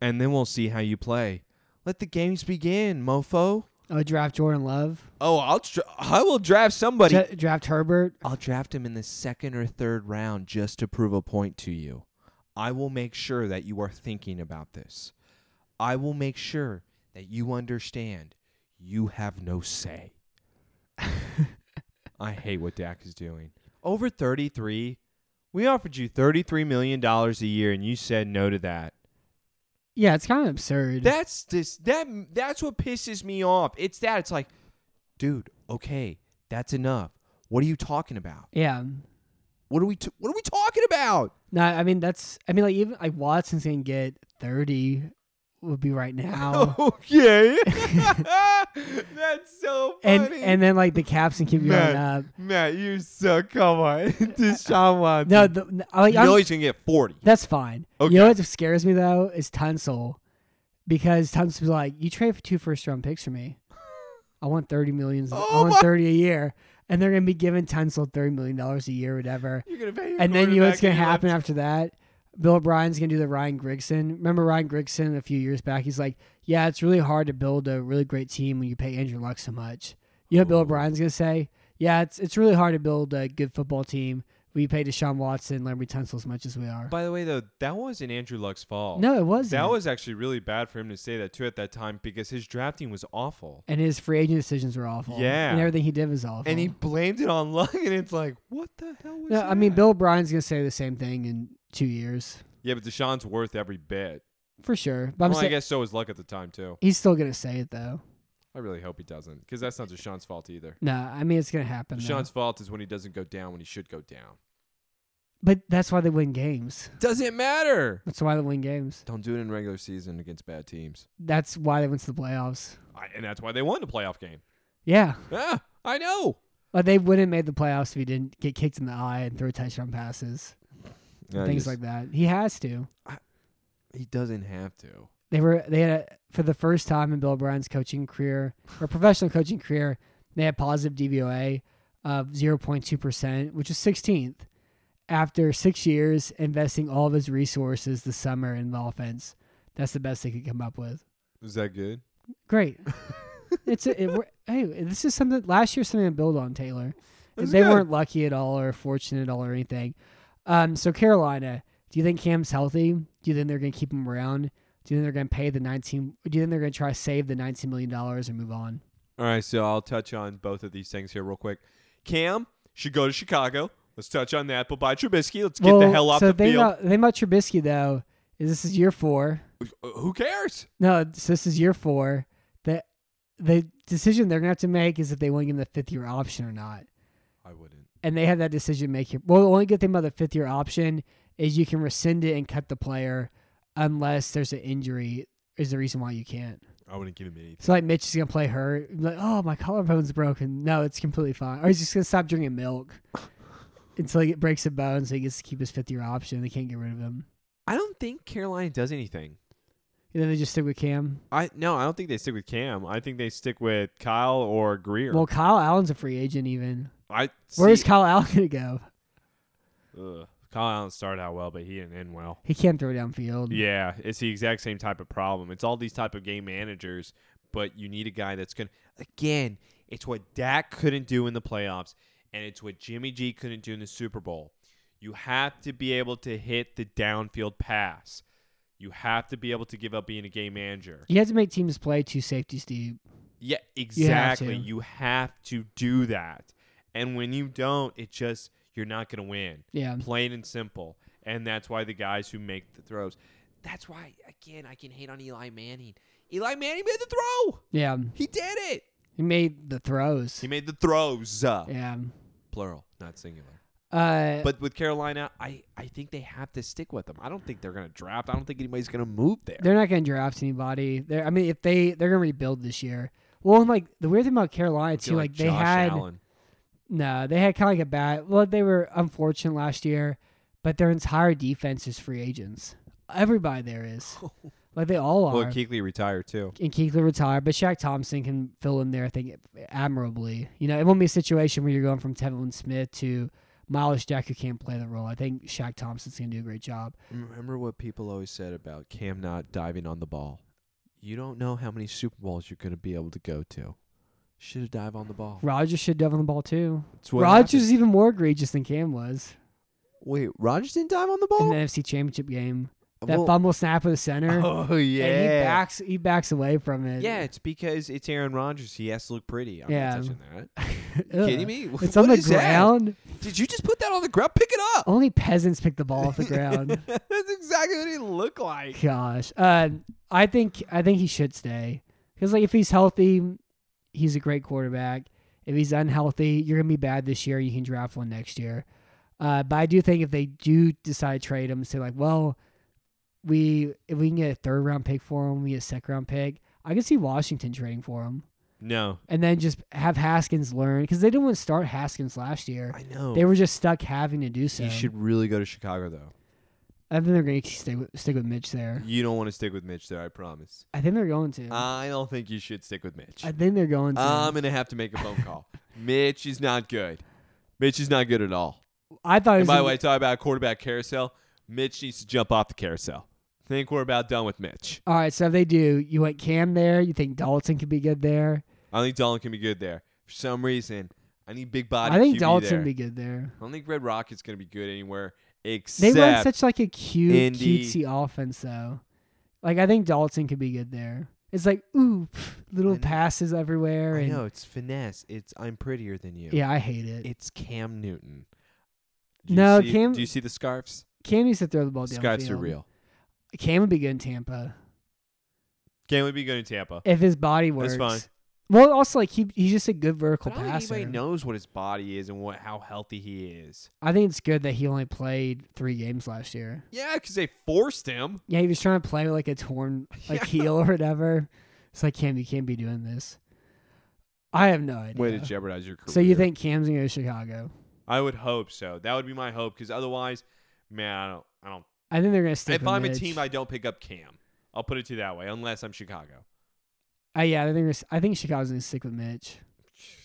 And then we'll see how you play. Let the games begin, mofo. I would draft Jordan Love. Oh, I'll dra- I will draft somebody. Dra- draft Herbert. I'll draft him in the second or third round just to prove a point to you. I will make sure that you are thinking about this. I will make sure that you understand you have no say. I hate what Dak is doing. Over 33, We offered you $33 million a year and you said no to that. Yeah, it's kind of absurd. that's this that that's what pisses me off. It's that it's like, dude, okay, that's enough. What are you talking about? yeah. What are we t- what are we talking about? No, I mean that's. I mean, like even like Watson's gonna get 30 would be right now. Okay. That's so and and then like the caps and keep going Man. up. Matt, you suck. Come on. Deshaun Watson. No, the, n- I- like, you I'm- know he's gonna get 40. that's fine. Okay. You know what scares me though is Tunsil, because Tunsil's like, you trade for two first round picks for me. I want thirty millions. I Oh want my- thirty a year, and they're gonna be giving Tunsil thirty million dollars a year, whatever. You're going to pay your And then you know what's quarterback gonna happen and after that? Bill O'Brien's gonna do the Ryan Grigson. Remember Ryan Grigson a few years back? He's like, yeah, it's really hard to build a really great team when you pay Andrew Luck so much. You know what Bill O'Brien's gonna say? Yeah, it's it's really hard to build a good football team. We pay Deshaun Watson, Larry Tunsil as much as we are. By the way, though, that wasn't Andrew Luck's fault. no, it wasn't. That was actually really bad for him to say that too at that time because his drafting was awful. and his free agent decisions were awful. Yeah. and everything he did was awful. And he blamed it on Luck, and it's like, what the hell was No, that? I mean, Bill O'Brien's gonna say the same thing in two years Yeah, but Deshaun's worth every bit. for sure. But I'm well, I saying guess so was Luck at the time too. he's still gonna say it though. I really hope he doesn't because that's not Deshaun's fault either. No, I mean it's gonna happen. though. Deshaun's fault is when he doesn't go down when he should go down. But that's why they win games. Doesn't matter. That's why they win games. Don't do it in regular season against bad teams. That's why they went to the playoffs. I, and that's why they won the playoff game. Yeah, Ah, I know. but they wouldn't have made the playoffs if he didn't get kicked in the eye and throw touchdown passes, things like that. He has to. He doesn't have to. they were they had a, for the first time in Bill O'Brien's coaching career or professional coaching career, they had positive DVOA of zero point two percent, which is sixteenth. After six years investing all of his resources this summer in the offense, that's the best they could come up with. Is that good? Great. it's a, it, we're- hey, this is something last year something to build on Taylor. That's they good. weren't lucky at all or fortunate at all or anything. Um, so Carolina, do you think Cam's healthy? Do you think they're going to keep him around? Do you think they're going to pay the nineteen? Do you think they're going to try to save the nineteen million dollars and move on? All right, so I'll touch on both of these things here real quick. Cam should go to Chicago. Let's touch on that. But by Trubisky, let's get the hell off so the they field. About, they about Trubisky though. Is this is year four? Uh, Who cares? No, so this is year four. That the decision they're going to have to make is if they want to give him the fifth year option or not. I wouldn't. and they have that decision making. Well, the only good thing about the fifth year option is you can rescind it and cut the player unless there's an injury is the reason why you can't. I wouldn't give him anything. So like Mitch is gonna play hurt, like oh my collarbone's broken. No, it's completely fine. Or he's just gonna stop drinking milk. until he breaks a bone, so he gets to keep his fifth year option. They can't get rid of him. I don't think Carolina does anything. And then they just stick with Cam. I no, I don't think they stick with Cam. I think they stick with Kyle or Greer. Well, Kyle Allen's a free agent. Even I where's see- Kyle Allen gonna go? Ugh. Kyle Allen started out well, but he didn't end well. He can't throw downfield. Yeah, it's the exact same type of problem. It's all these type of game managers, but you need a guy that's gonna. Again, it's what Dak couldn't do in the playoffs, and it's what Jimmy G couldn't do in the Super Bowl. You have to be able to hit the downfield pass. You have to be able to give up being a game manager. You have to make teams play two safeties deep. Yeah, have exactly. to. You have to do that. And when you don't, it just you're not going to win. Yeah. Plain and simple. And that's why the guys who make the throws. That's why again I can hate on Eli Manning. Eli Manning made the throw. Yeah, He did it. he made the throws. He made the throws. Uh, yeah. Plural, not singular. Uh, But with Carolina, I, I think they have to stick with them. I don't think they're going to draft. I don't think anybody's going to move there. They're not going to draft anybody. They're, I mean, if they they're going to rebuild this year. Well, and like the weird thing about Carolina I feel too, like, they Josh had Allen. no, they had kind of like a bad. Well, they were unfortunate last year, but their entire defense is free agents. Everybody there is, like they all are. Oh. Well, Keekly retired too. and Keekler retired, but Shaq Thompson can fill in there, I think, admirably. You know, it won't be a situation where you're going from Tevin Smith to Miles Jack who can't play the role. I think Shaq Thompson's going to do a great job. Remember what people always said about Cam not diving on the ball. You don't know how many Super Bowls you're going to be able to go to. Should have dive on the ball. Rogers should dive on the ball too. That's what Rogers happened. is even more egregious than Cam was Wait, Rogers didn't dive on the in ball. the NFC Championship game. That Well- fumble snap of the center. oh yeah. And he backs he backs away from it. yeah, it's because it's Aaron Rodgers. He has to look pretty. I'm Yeah. not touching that. Ugh. kidding me? It's on What the is that? ground. Did you just put that on the ground? Pick it up. Only peasants pick the ball off the ground. That's exactly what he looked like. Gosh, uh, I think I think he should stay because like if he's healthy, he's a great quarterback. If he's unhealthy, you're gonna be bad this year. You can draft one next year. Uh, but I do think if they do decide to trade him, say like, well, we if we can get a third round pick for him, we get a second round pick. I can see Washington trading for him, No, and then just have Haskins learn because they didn't want to start Haskins last year. I know. They were just stuck having to do so. He should really go to Chicago though. I think they're gonna stick with, stick with Mitch there. You don't want to stick with Mitch there. I promise. I think they're going to. I don't think you should stick with Mitch. I think Uh, they're going to. I'm gonna have to make a phone call. Mitch is not good. Mitch is not good at all. I thought. It And was by the in- way, talk about quarterback carousel. Mitch needs to jump off the carousel. I think we're about done with Mitch. all right. So if they do, you want Cam there. You think Dalton could be good there? I think Dalton can be good there. For some reason, I need big body. I think QB Dalton there. would be good there. I don't think Red Rocket's gonna be good anywhere They except run such like a cute, Indy. cutesy offense though. Like I think Dalton could be good there. It's like ooh, pff, I little know. passes everywhere. I And, know it's finesse. It's I'm prettier than you. Yeah, I hate it. It's Cam Newton. Do you No, see- Cam- Do you see the scarves? Cam used to throw the ball downfield. Scarves are real. Cam would be good in Tampa Cam would be good in Tampa. if his body works. That's fine. Well, also like he he's just a good vertical But I don't think passer. anybody knows what his body is and what how healthy he is. I think it's good that he only played three games last year. Yeah, because they forced him. Yeah, he was trying to play with, like a torn like Yeah. heel or whatever. It's like Cam, you can't be doing this. I have no idea. Way to jeopardize your career. so you think Cam's gonna go to Chicago? I would hope so. That would be my hope because otherwise, man, I don't. I don't. I think they're gonna stick. if with I'm Mitch. a team, I don't pick up Cam. I'll put it to you that way. Unless I'm Chicago, Uh, yeah, I think they're gonna, s- I think Chicago's gonna stick with Mitch.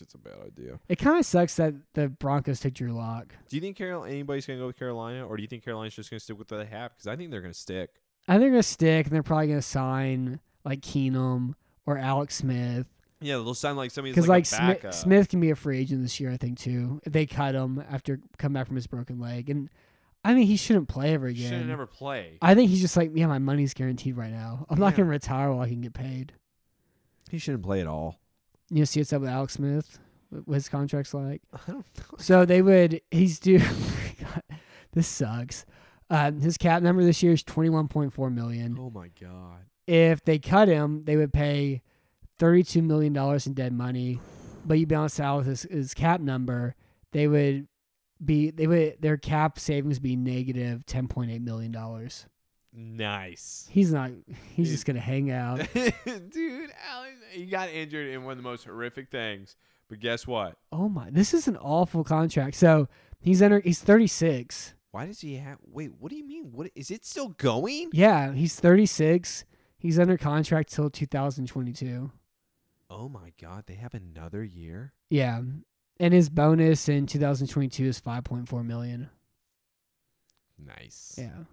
it's a bad idea. It kind of sucks that the Broncos took Drew Lock. Do you think Carol anybody's gonna go with Carolina, or do you think Carolina's just gonna stick with what they have? Because I think they're gonna stick. I think they're gonna stick, and they're probably gonna sign like Keenum or Alex Smith Yeah, they'll sound like somebody's because like, like, a Smi- backup. Smith can be a free agent this year, I think too. If they cut him after come back from his broken leg, and I mean he shouldn't play ever again. should have never played. I think he's just like, yeah, my money's guaranteed right now. I'm not Yeah. gonna retire while I can get paid. He shouldn't play at all. You know, see what's up with Alex Smith, what what his contract's like. I don't know. So they would. He's due. God, this sucks. Um, his cap number this year is twenty one point four million. Oh my god. If they cut him, they would pay thirty two million dollars in dead money. But you balance that out with his, his cap number, they would be they would their cap savings would be negative ten point eight million dollars. Nice. He's not. He's Dude. just gonna hang out. Dude, Alex, he got injured in one of the most horrific things. But guess what? Oh my! This is an awful contract. So He's under. He's 36. Why does he have? Wait, what do you mean? What is it still going? Yeah, he's 36. He's under contract till 2022. Oh my God, they have another year. Yeah, and his bonus in 2022 is 5.4 million. Nice. Yeah,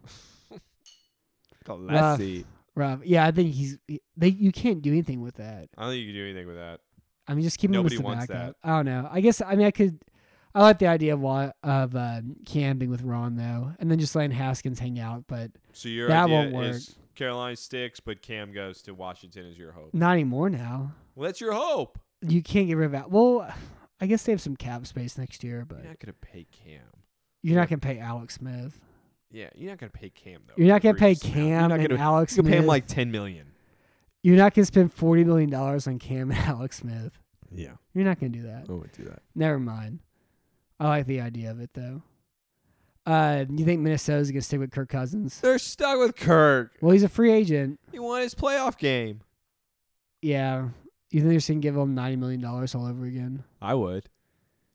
Classy. rough. Yeah, I think he's. he- They you can't do anything with that. I don't think you can do anything with that. I mean, just keep Nobody him as the wants backup. I don't know. I guess I mean I could. I like the idea of wa- of um, camping with Ron though, and then just letting Haskins hang out, but So your That idea won't work. is Carolina sticks, but Cam goes to Washington is your hope. not anymore now. Well, that's your hope. You can't get rid of that. Well, I guess they have some cap space next year, but You're not gonna pay Cam. you're not gonna pay Alex Smith. Yeah, you're not gonna pay Cam though. You're not gonna pay Egregious amount. You're Cam not and gonna- Alex You can pay him Smith. like ten million. You're not gonna spend forty million dollars on Cam and Alex Smith. Yeah, You're not gonna do that. I would do that. Never mind. I like the idea of it though. Uh, you think Minnesota's gonna stick with Kirk Cousins? They're stuck with Kirk. Well, he's a free agent. He won his playoff game. Yeah. You think they're just gonna give him ninety million dollars all over again? I would.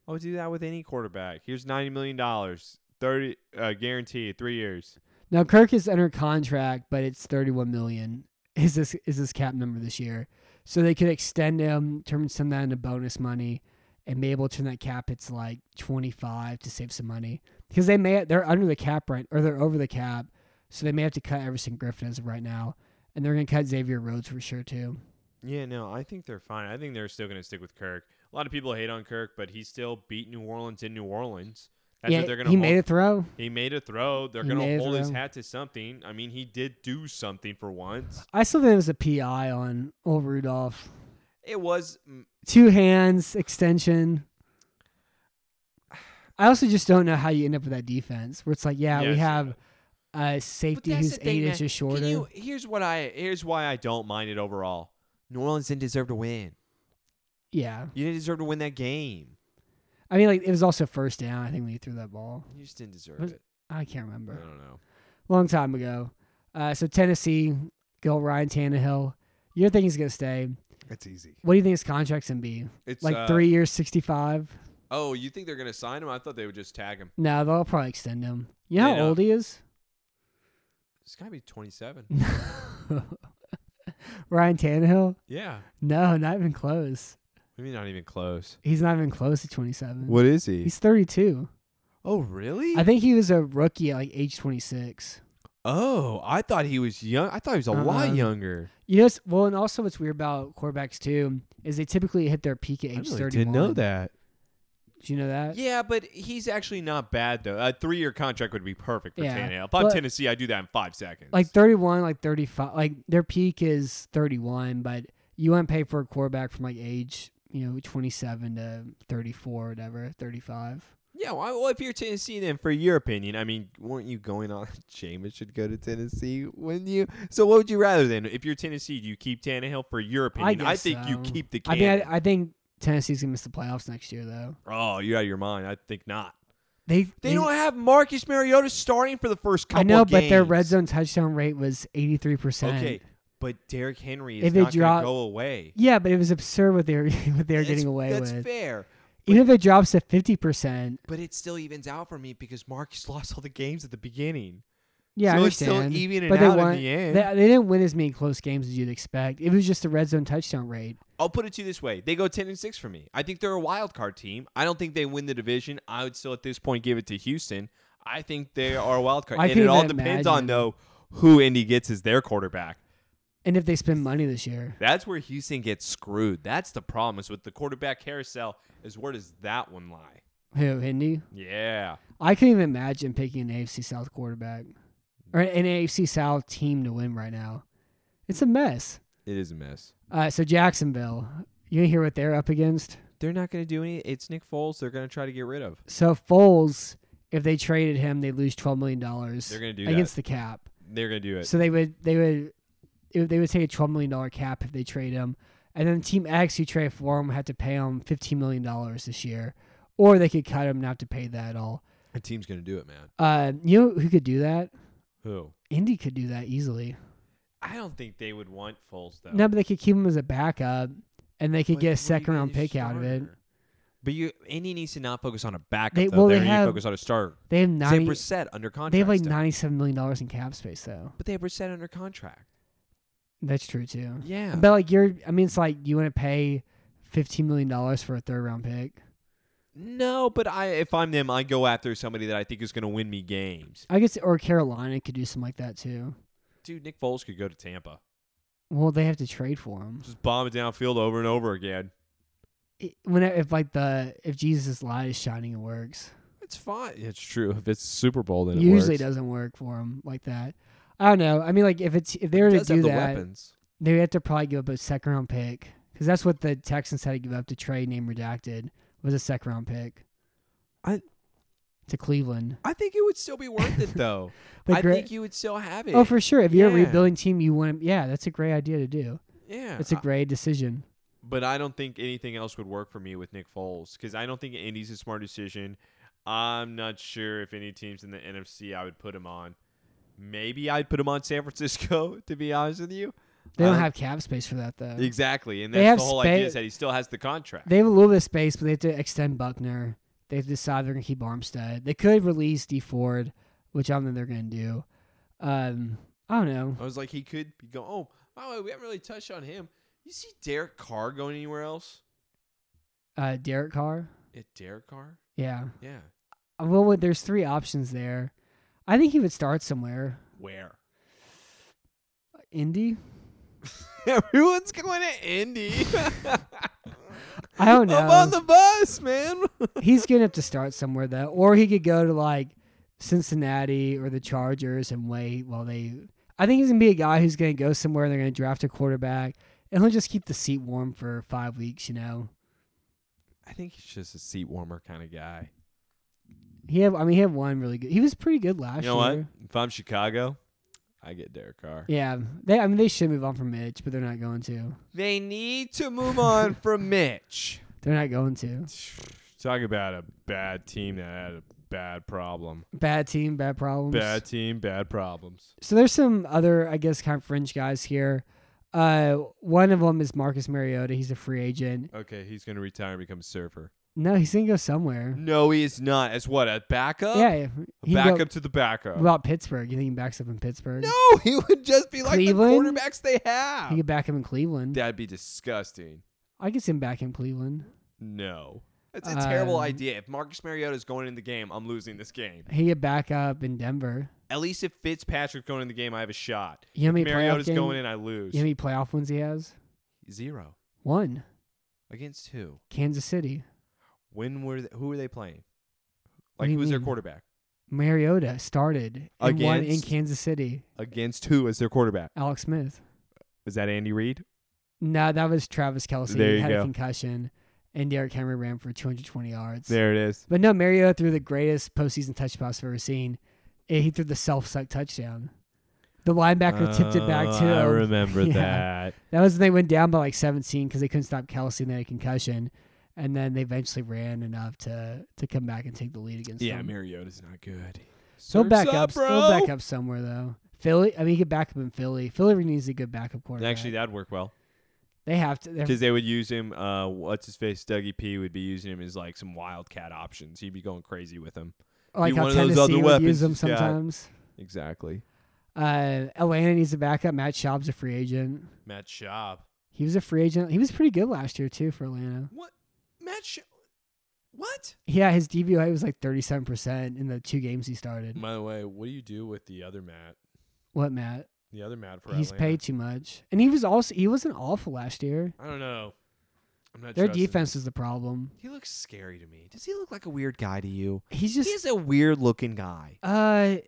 I would do that with any quarterback. Here's ninety million dollars, thirty uh, guaranteed, three years. Now Kirk is under contract, but it's thirty one million is this is this cap number this year. So they could extend him, turn some of that into bonus money, and be able to turn that cap it's like twenty five to save some money. Because they may they're under the cap right or they're over the cap, so they may have to cut Everson Griffin as of right now. And they're gonna cut Xavier Rhodes for sure too. Yeah, no, I think they're fine. I think they're still going to stick with Kirk. A lot of people hate on Kirk, but he still beat New Orleans in New Orleans. That's yeah, what they're going to. he made a throw. He made a throw. They're He going made to a hold his throw. hat to something. I mean, he did do something for once. I still think it was a PI on old Rudolph. It was. mm, two hands extension. I also just don't know how you end up with that defense where it's like, yeah, we Yes. have a but safety that's who's the thing, eight man. inches Can shorter. you- here's what I. Here's why I don't mind it overall. New Orleans didn't deserve to win. yeah, You didn't deserve to win that game. I mean, like it was also first down. I think when you threw that ball, You just didn't deserve Was- it. I can't I remember. don't know. Long time ago. Uh, so Tennessee, go Ryan Tannehill. You're thinking he's gonna stay. That's easy. What do you think his contract's gonna be? It's Like uh, three years, sixty-five? Oh, you think they're going to sign him? I thought they would just tag him. No, they'll probably extend him. You know Yeah, how no. old he is? It's got to be twenty-seven. Ryan Tannehill? yeah, No, not even close. maybe not even close. He's not even close to 27. What is he? He's 32. oh, really? I think he was a rookie at like age 26. oh, I thought he was young. I thought he was a Uh-uh. lot younger. You know, what's- well, and also what's weird about quarterbacks too is they typically hit their peak at I age really 31. didn't know that. Did you know that? Yeah, but he's actually not bad though. A three-year contract would be perfect for Yeah. Tannehill. If I'm But- Tennessee, I do that in five seconds. Like 31, like 35, like their peak is 31, but you want to pay for a quarterback from like age, you know, 27 to 34, or whatever, 35. Yeah, well, well, if you're Tennessee, then for your opinion, I mean, weren't you going on Jameis should go to Tennessee, wouldn't you? So what would you rather then? If if you're Tennessee, do you keep Tannehill for your opinion? guess think you so. keep the. I Cannon. mean, I, I think Tennessee's gonna miss the playoffs next year though. oh, you're out of your mind. I think not. They they don't have Marcus Mariota starting for the first couple I know, of but their games. red zone touchdown rate was 83 percent. Okay, but Derrick Henry If is they not going drop- to go away. Yeah, but it was absurd what they were what they were That's- getting away that's with. fair, Even if it drops to fifty percent, but it still evens out for me because Marcus lost all the games at the beginning. yeah, I So it's still understand. evening but they out in won. the end. They, they didn't win as many close games as you'd expect. It was just the red zone touchdown rate. I'll put it to you this way: they go ten and six for me. I think they're a wild card team. I don't think they win the division. I would still at this point give it to Houston. I think they are a wild card, I and can't it all even depends imagine. on though who Indy gets as their quarterback. And if they spend money this year, That's where Houston gets screwed. That's the problem is with the quarterback carousel. Is where does that one lie? who Hindy? Yeah, I couldn't even imagine picking an AFC South quarterback or an AFC South team to win right now. It's a mess. it is a mess. Uh, so Jacksonville, you hear what they're up against? They're not going to do any. It's Nick Foles. They're going to try to get rid of. So Foles, if they traded him, they lose twelve million dollars They're gonna do that. against the cap. They're gonna do it. So they would they would it- they would take a twelve million dollar cap if they trade him, and then Team X who trade for him had to pay him fifteen million dollars this year, or they could cut him and not have to pay that at all. A team's going to do it, man. Uh, you know who could do that? Who? Indy could do that easily. I don't think they would want Foles though. No, but they could keep him as a backup, and they could But get what do a you second round get as pick out of it. starter? But you Indy needs to not focus on a backup. They- though. well, they they need to have- focus on a starter. They have They have ninety. Brissett under contract. They have like still. ninety-seven million dollars in cap space, though. But they have Brissett under contract. That's true too. Yeah. Uh, But like you're, I mean, it's like you want to pay fifteen million dollars for a third-round pick. no, but I if I'm them, I go after somebody that I think is going to win me games. I guess, or Carolina could do something like that too. Dude, Nick Foles could go to Tampa. Well, they have to trade for him. Just bomb it downfield over and over again. It- When if like the if Jesus' light is shining, it works. It's fine. It's true. If it's Super Bowl, then Usually it works. doesn't work for him like that. I don't know. I mean, like if it's if they were It to does have do the that, weapons. they have to probably give up a second round pick because that's what the Texans had to give up to trade name redacted was a second round pick. I- to Cleveland. I think it would still be worth it though. But I gra- think you would still have it. oh, for sure. If you're Yeah. a rebuilding team, you want to. Yeah, that's a great idea to do. yeah. It's a great decision. But I don't think anything else would work for me with Nick Foles because I don't think Indy's a smart decision. I'm not sure if any teams in the NFC I would put him on. Maybe I'd put him on San Francisco, to be honest with you. They don't I- have cap space for that though. Exactly. And They that's have the whole spa- idea is that he still has the contract. They have a little bit of space, but they have to extend Buckner. They have to decide they're going to keep Armstead. They could release D Ford, which I don't think they're going to do. Um, I don't know. I was like, he could be going, oh, by the way, we haven't really touched on him. You see Derek Carr going anywhere else? Uh, Derek Carr. Yeah, Derek Carr? Yeah. Uh, Yeah. Well, what- there's three options there. I think he would start somewhere. Where? Indy. Everyone's going to Indy. I don't know. I'm on the bus, man. He's going to have to start somewhere though, or he could go to like Cincinnati or the Chargers and wait while they. I think he's going to be a guy who's going to go somewhere and they're going to draft a quarterback and he'll just keep the seat warm for five weeks. You know. I think he's just a seat warmer kind of guy. He had, I mean, he had one really good. He was pretty good last You know what? year. If I'm Chicago, I get Derek Carr. Yeah, they. I mean, they should move on from Mitch, but they're not going to. They need to move on from Mitch. They're not going to. Talk about a bad team that had a bad problem. Bad team, bad problems. Bad team, bad problems. So there's some other, I guess, kind of fringe guys here. Uh, one of them is Marcus Mariota. He's a free agent. Okay, he's going to retire and become a surfer. No, he's gonna go somewhere. No, he is not. As what? A backup? yeah, A he can go- backup to the backup. What about Pittsburgh? You think he backs up in Pittsburgh? No, he would just be like Cleveland? the quarterbacks they have. He could back him in Cleveland. That'd be disgusting. I could see him back in Cleveland. No. That's a terrible Um, idea. If Marcus Mariota is going in the game, I'm losing this game. He could back up in Denver. At least if Fitzpatrick's going in the game, I have a shot. You know how many playoff Mariota's game- going in, I lose. You know how many playoff wins he has? Zero One. against who? Kansas City. When were they, who were they playing? What Like do you who's their mean? quarterback? Mariota started and won in Against- Kansas City. Against who as their quarterback? Alex Smith. Is that Andy Reid? No, that was Travis Kelsey. There you had go. a concussion, and Derrick Henry ran for 220 yards. There it is. But no, Mariota threw the greatest postseason touch pass I've ever seen. Eh, He threw the self-suck touchdown. The linebacker tipped it back Oh, to I him. remember Yeah. that. That was when they went down by like 17 because they couldn't stop Kelsey and they had a concussion. And then they eventually ran enough to to come back and take the lead against Yeah, them. Mariota's not good. He'll back Surf's up. bro. He'll back up somewhere though. Philly. I mean, he could back up in Philly. Philly needs a good backup quarterback. Actually, that'd work well they have to. they're- because they would use him. Uh, what's his face? Dougie P would be using him as like some wildcat options. He'd be going crazy with him. Like be how one of those other Tennessee would weapons use them he's got. sometimes. Exactly. Uh, Atlanta needs a backup. Matt Schaub's a free agent. Matt Schaub. He was a free agent. He was pretty good last year too for Atlanta. What? Matt Schaub. What? Yeah, his DVOA was like 37% in the two games he started. By the way, what do you do with the other Matt? What, Matt? The other Matt for He's Atlanta? paid too much. And he was also he wasn't awful last year. I don't know. I'm not. Their trusting him. defense is the problem. He looks scary to me. Does he look like a weird guy to you? He's just He's a weird looking guy. uh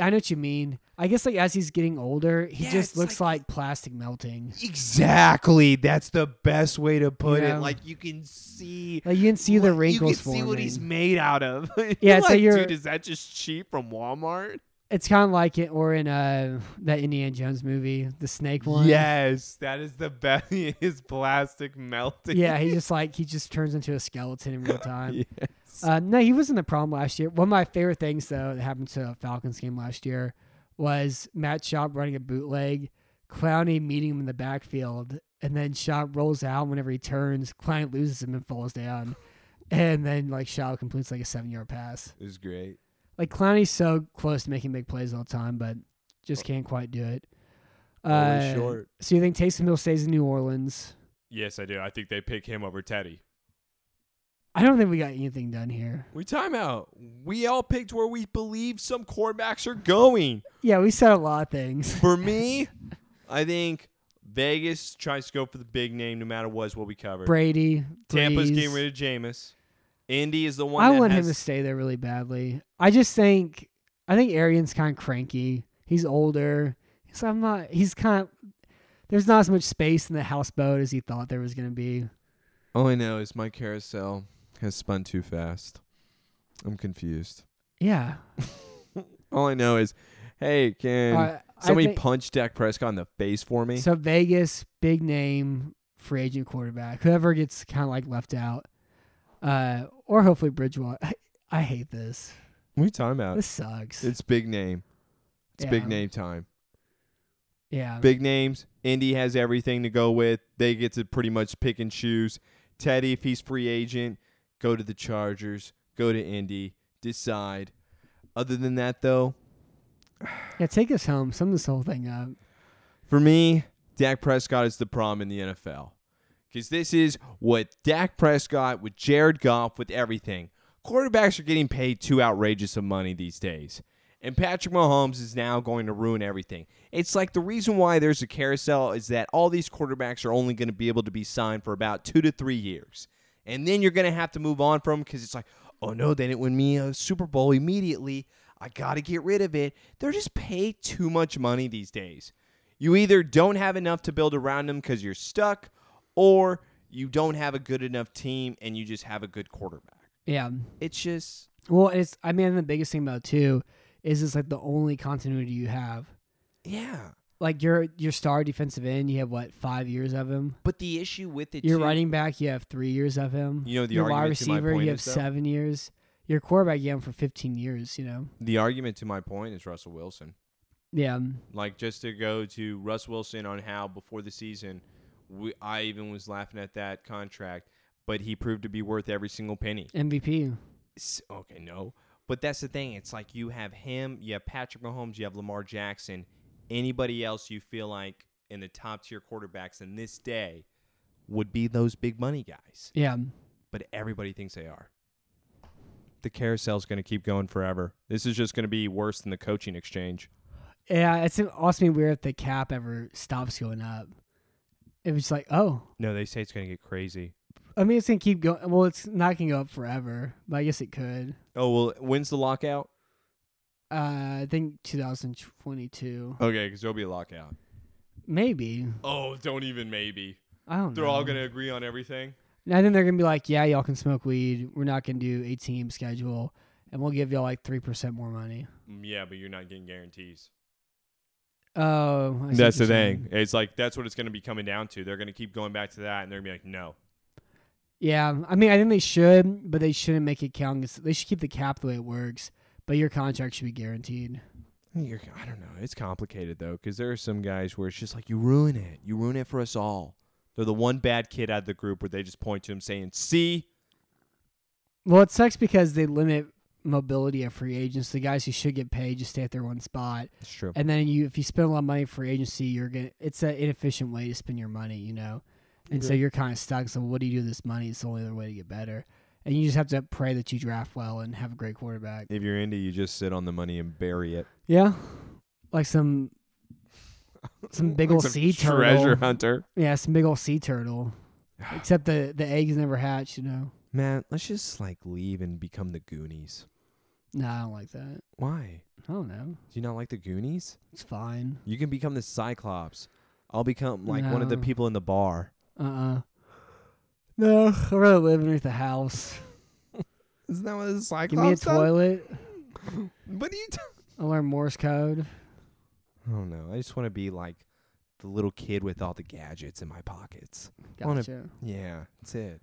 I know what you mean. I guess like as he's getting older, he Yeah, just it's looks like- like, plastic melting. Exactly. That's the best way to put Yeah. it. Like you can see Like you can see the what- wrinkles You can see what he's forming. made out of. Yeah, so like, you're- dude, is that just cheap from Walmart? It's kind of like it or in uh that Indiana Jones movie, the snake one. Yes. That is the best. His plastic melting. Yeah, he just like he just turns into a skeleton in real time. Yes. Uh, no, he wasn't a problem last year. One of my favorite things, though, that happened to a Falcons game last year was Matt Schaub running a bootleg, Clowney meeting him in the backfield, and then Shaw rolls out. Whenever he turns, Client loses him and falls down, and then like Shaw completes like a seven yard pass. It was great. Like Clowney's so close to making big plays all the time, but just can't quite do it. Always Uh, short. So you think Taysom Hill stays in New Orleans? Yes, I do. I think they pick him over Teddy. I don't think we got anything done here. We timeout. We all picked where we believe some quarterbacks are going. Yeah, we said a lot of things. For me, I think Vegas tries to go for the big name no matter what is what we covered. Brady, Tampa's Breeze. getting rid of Jameis. Indy is the one I that want him has to stay there really badly. I just think I think Arian's kind of cranky. He's older. He's I'm not. He's kind of. There's not as much space in the houseboat as he thought there was going to be. all I know is my carousel has spun too fast. I'm confused. Yeah. All I know is, hey, can Uh, I somebody think- punch Dak Prescott in the face for me? So Vegas, big name free agent quarterback. Whoever gets kind of like left out, uh, or hopefully Bridgewater. I, I hate this. we timeout. Uh, This sucks. It's big name. It's big Yeah. name time. yeah. Big names. Indy has everything to go with. They get to pretty much pick and choose. Teddy, if he's free agent, go to the Chargers. Go to Indy. Decide. Other than that, though, Yeah. Take us home. Sum this whole thing up. For me, Dak Prescott is the problem in the NFL. Because this is what Dak Prescott with Jared Goff with everything. Quarterbacks are getting paid too outrageous of money these days. And Patrick Mahomes is now going to ruin everything. It's like the reason why there's a carousel is that all these quarterbacks are only going to be able to be signed for about two to three years. And then you're going to have to move on from because it's like, oh no, they didn't win me a Super Bowl immediately. I got to get rid of it. They're just paid too much money these days. You either don't have enough to build around them because you're stuck, or you don't have a good enough team and you just have a good quarterback. Yeah. It's just Well, it's I mean the biggest thing about it, too is it's like the only continuity you have. yeah. Like your your star defensive end, you have what five years of him. But the issue with it, Your too- running back, you have three years of him. You know the your wide argument to my receiver, point you have is, though? seven years. Your quarterback, you have him for fifteen years. You know. The argument to my point is Russell Wilson. Yeah. um, like just to go to Russ Wilson on how before the season, we, I even was laughing at that contract, but he proved to be worth every single penny. MVP. S- Okay, no, but that's the thing. It's like you have him, you have Patrick Mahomes, you have Lamar Jackson. Anybody else you feel like in the top tier quarterbacks in this day would be those big money guys, Yeah. um, but everybody thinks they are. The carousel's going to keep going forever. This is just going to be worse than the coaching exchange. Yeah. It's also be weird if the cap ever stops going up. If it's like, oh, No, they say it's going to get crazy. I mean, it's gonna keep going. Well, it's not gonna go up forever, but I guess it could. Oh well, when's the lockout? Uh, I think 2022, Okay, because there'll be a lockout. maybe. Oh, don't even maybe. I don't know. They're all gonna agree on everything. And I think they're gonna be like, yeah, y'all can smoke weed. We're not gonna do 18 game schedule, and we'll give y'all like three percent more money. Mm, Yeah, but you're not getting guarantees. Oh, I see That's the what you're thing. saying. It's like that's what it's gonna be coming down to. They're gonna keep going back to that, and they're gonna be like, no. Yeah, I mean, I think they should, but they shouldn't make it count. It's- They should keep the cap the way it works, but your contract should be guaranteed. You're, I don't know. It's complicated though, because there are some guys where it's just like you ruin it. You ruin it for us all. They're the one bad kid out of the group where they just point to him saying, "See, Well, it sucks because they limit mobility of free agents. The guys who should get paid just stay at their one spot, It's true. and then you, if you spend a lot of money for agency, you're gonna. It's an inefficient way to spend your money, you know. And so Agree. you're kind of stuck. So what do you do with this money? It's the only other way to get better, and you just have to pray that you draft well and have a great quarterback. If you're into, you just sit on the money and bury it. Yeah, like some some big old some sea turtle. treasure hunter." Yeah, some big old sea turtle. Except the the eggs never hatch, you know. Man, let's just like leave and become the Goonies. No, I don't like that. Why? I don't know. Do you not like the Goonies? It's fine. You can become the Cyclops. I'll become like one of the No. people in the bar. Uh uh No, I'd rather live underneath the house. Isn't that what the Cyclops Give me a toilet. What are you talking? I'll learn Morse code. I don't know. I just want to be like the little kid with all the gadgets in my pockets. Wanna- Gotcha. Yeah, that's it.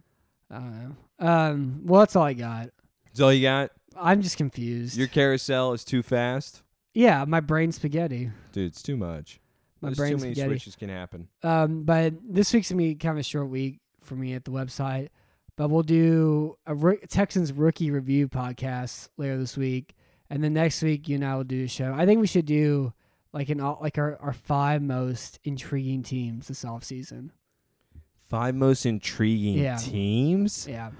I don't know. Um, well, that's all I got. That's all you got. I'm just confused. Your carousel is too fast, yeah, my brain spaghetti. dude. It's too much. My There's too brain's many spaghetti. switches can happen. Um, but this week's gonna be kind of a short week for me at the website. But we'll do a roo- Texans rookie review podcast later this week, and then next week you and I will do a show. I think we should do like an all- like our, our five most intriguing teams this offseason. Five most intriguing Yeah. teams. Yeah,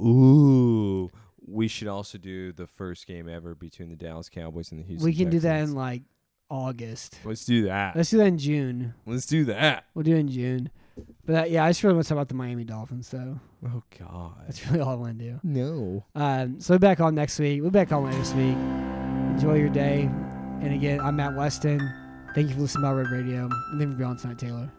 Ooh. We should also do the first game ever between the Dallas Cowboys and the Houston. we can do that in Texans. like August. Let's do that. Let's do that in June. Let's do that. We'll do it in June. But uh, yeah, I just really want to talk about the Miami Dolphins, though. Oh God. That's really all I want to do. No. Um, so we're back on next week. We'll be back on later this week. Enjoy your day. And again, I'm Matt Weston. Thank you for listening to My Red Radio. And thank you for being on tonight, Taylor.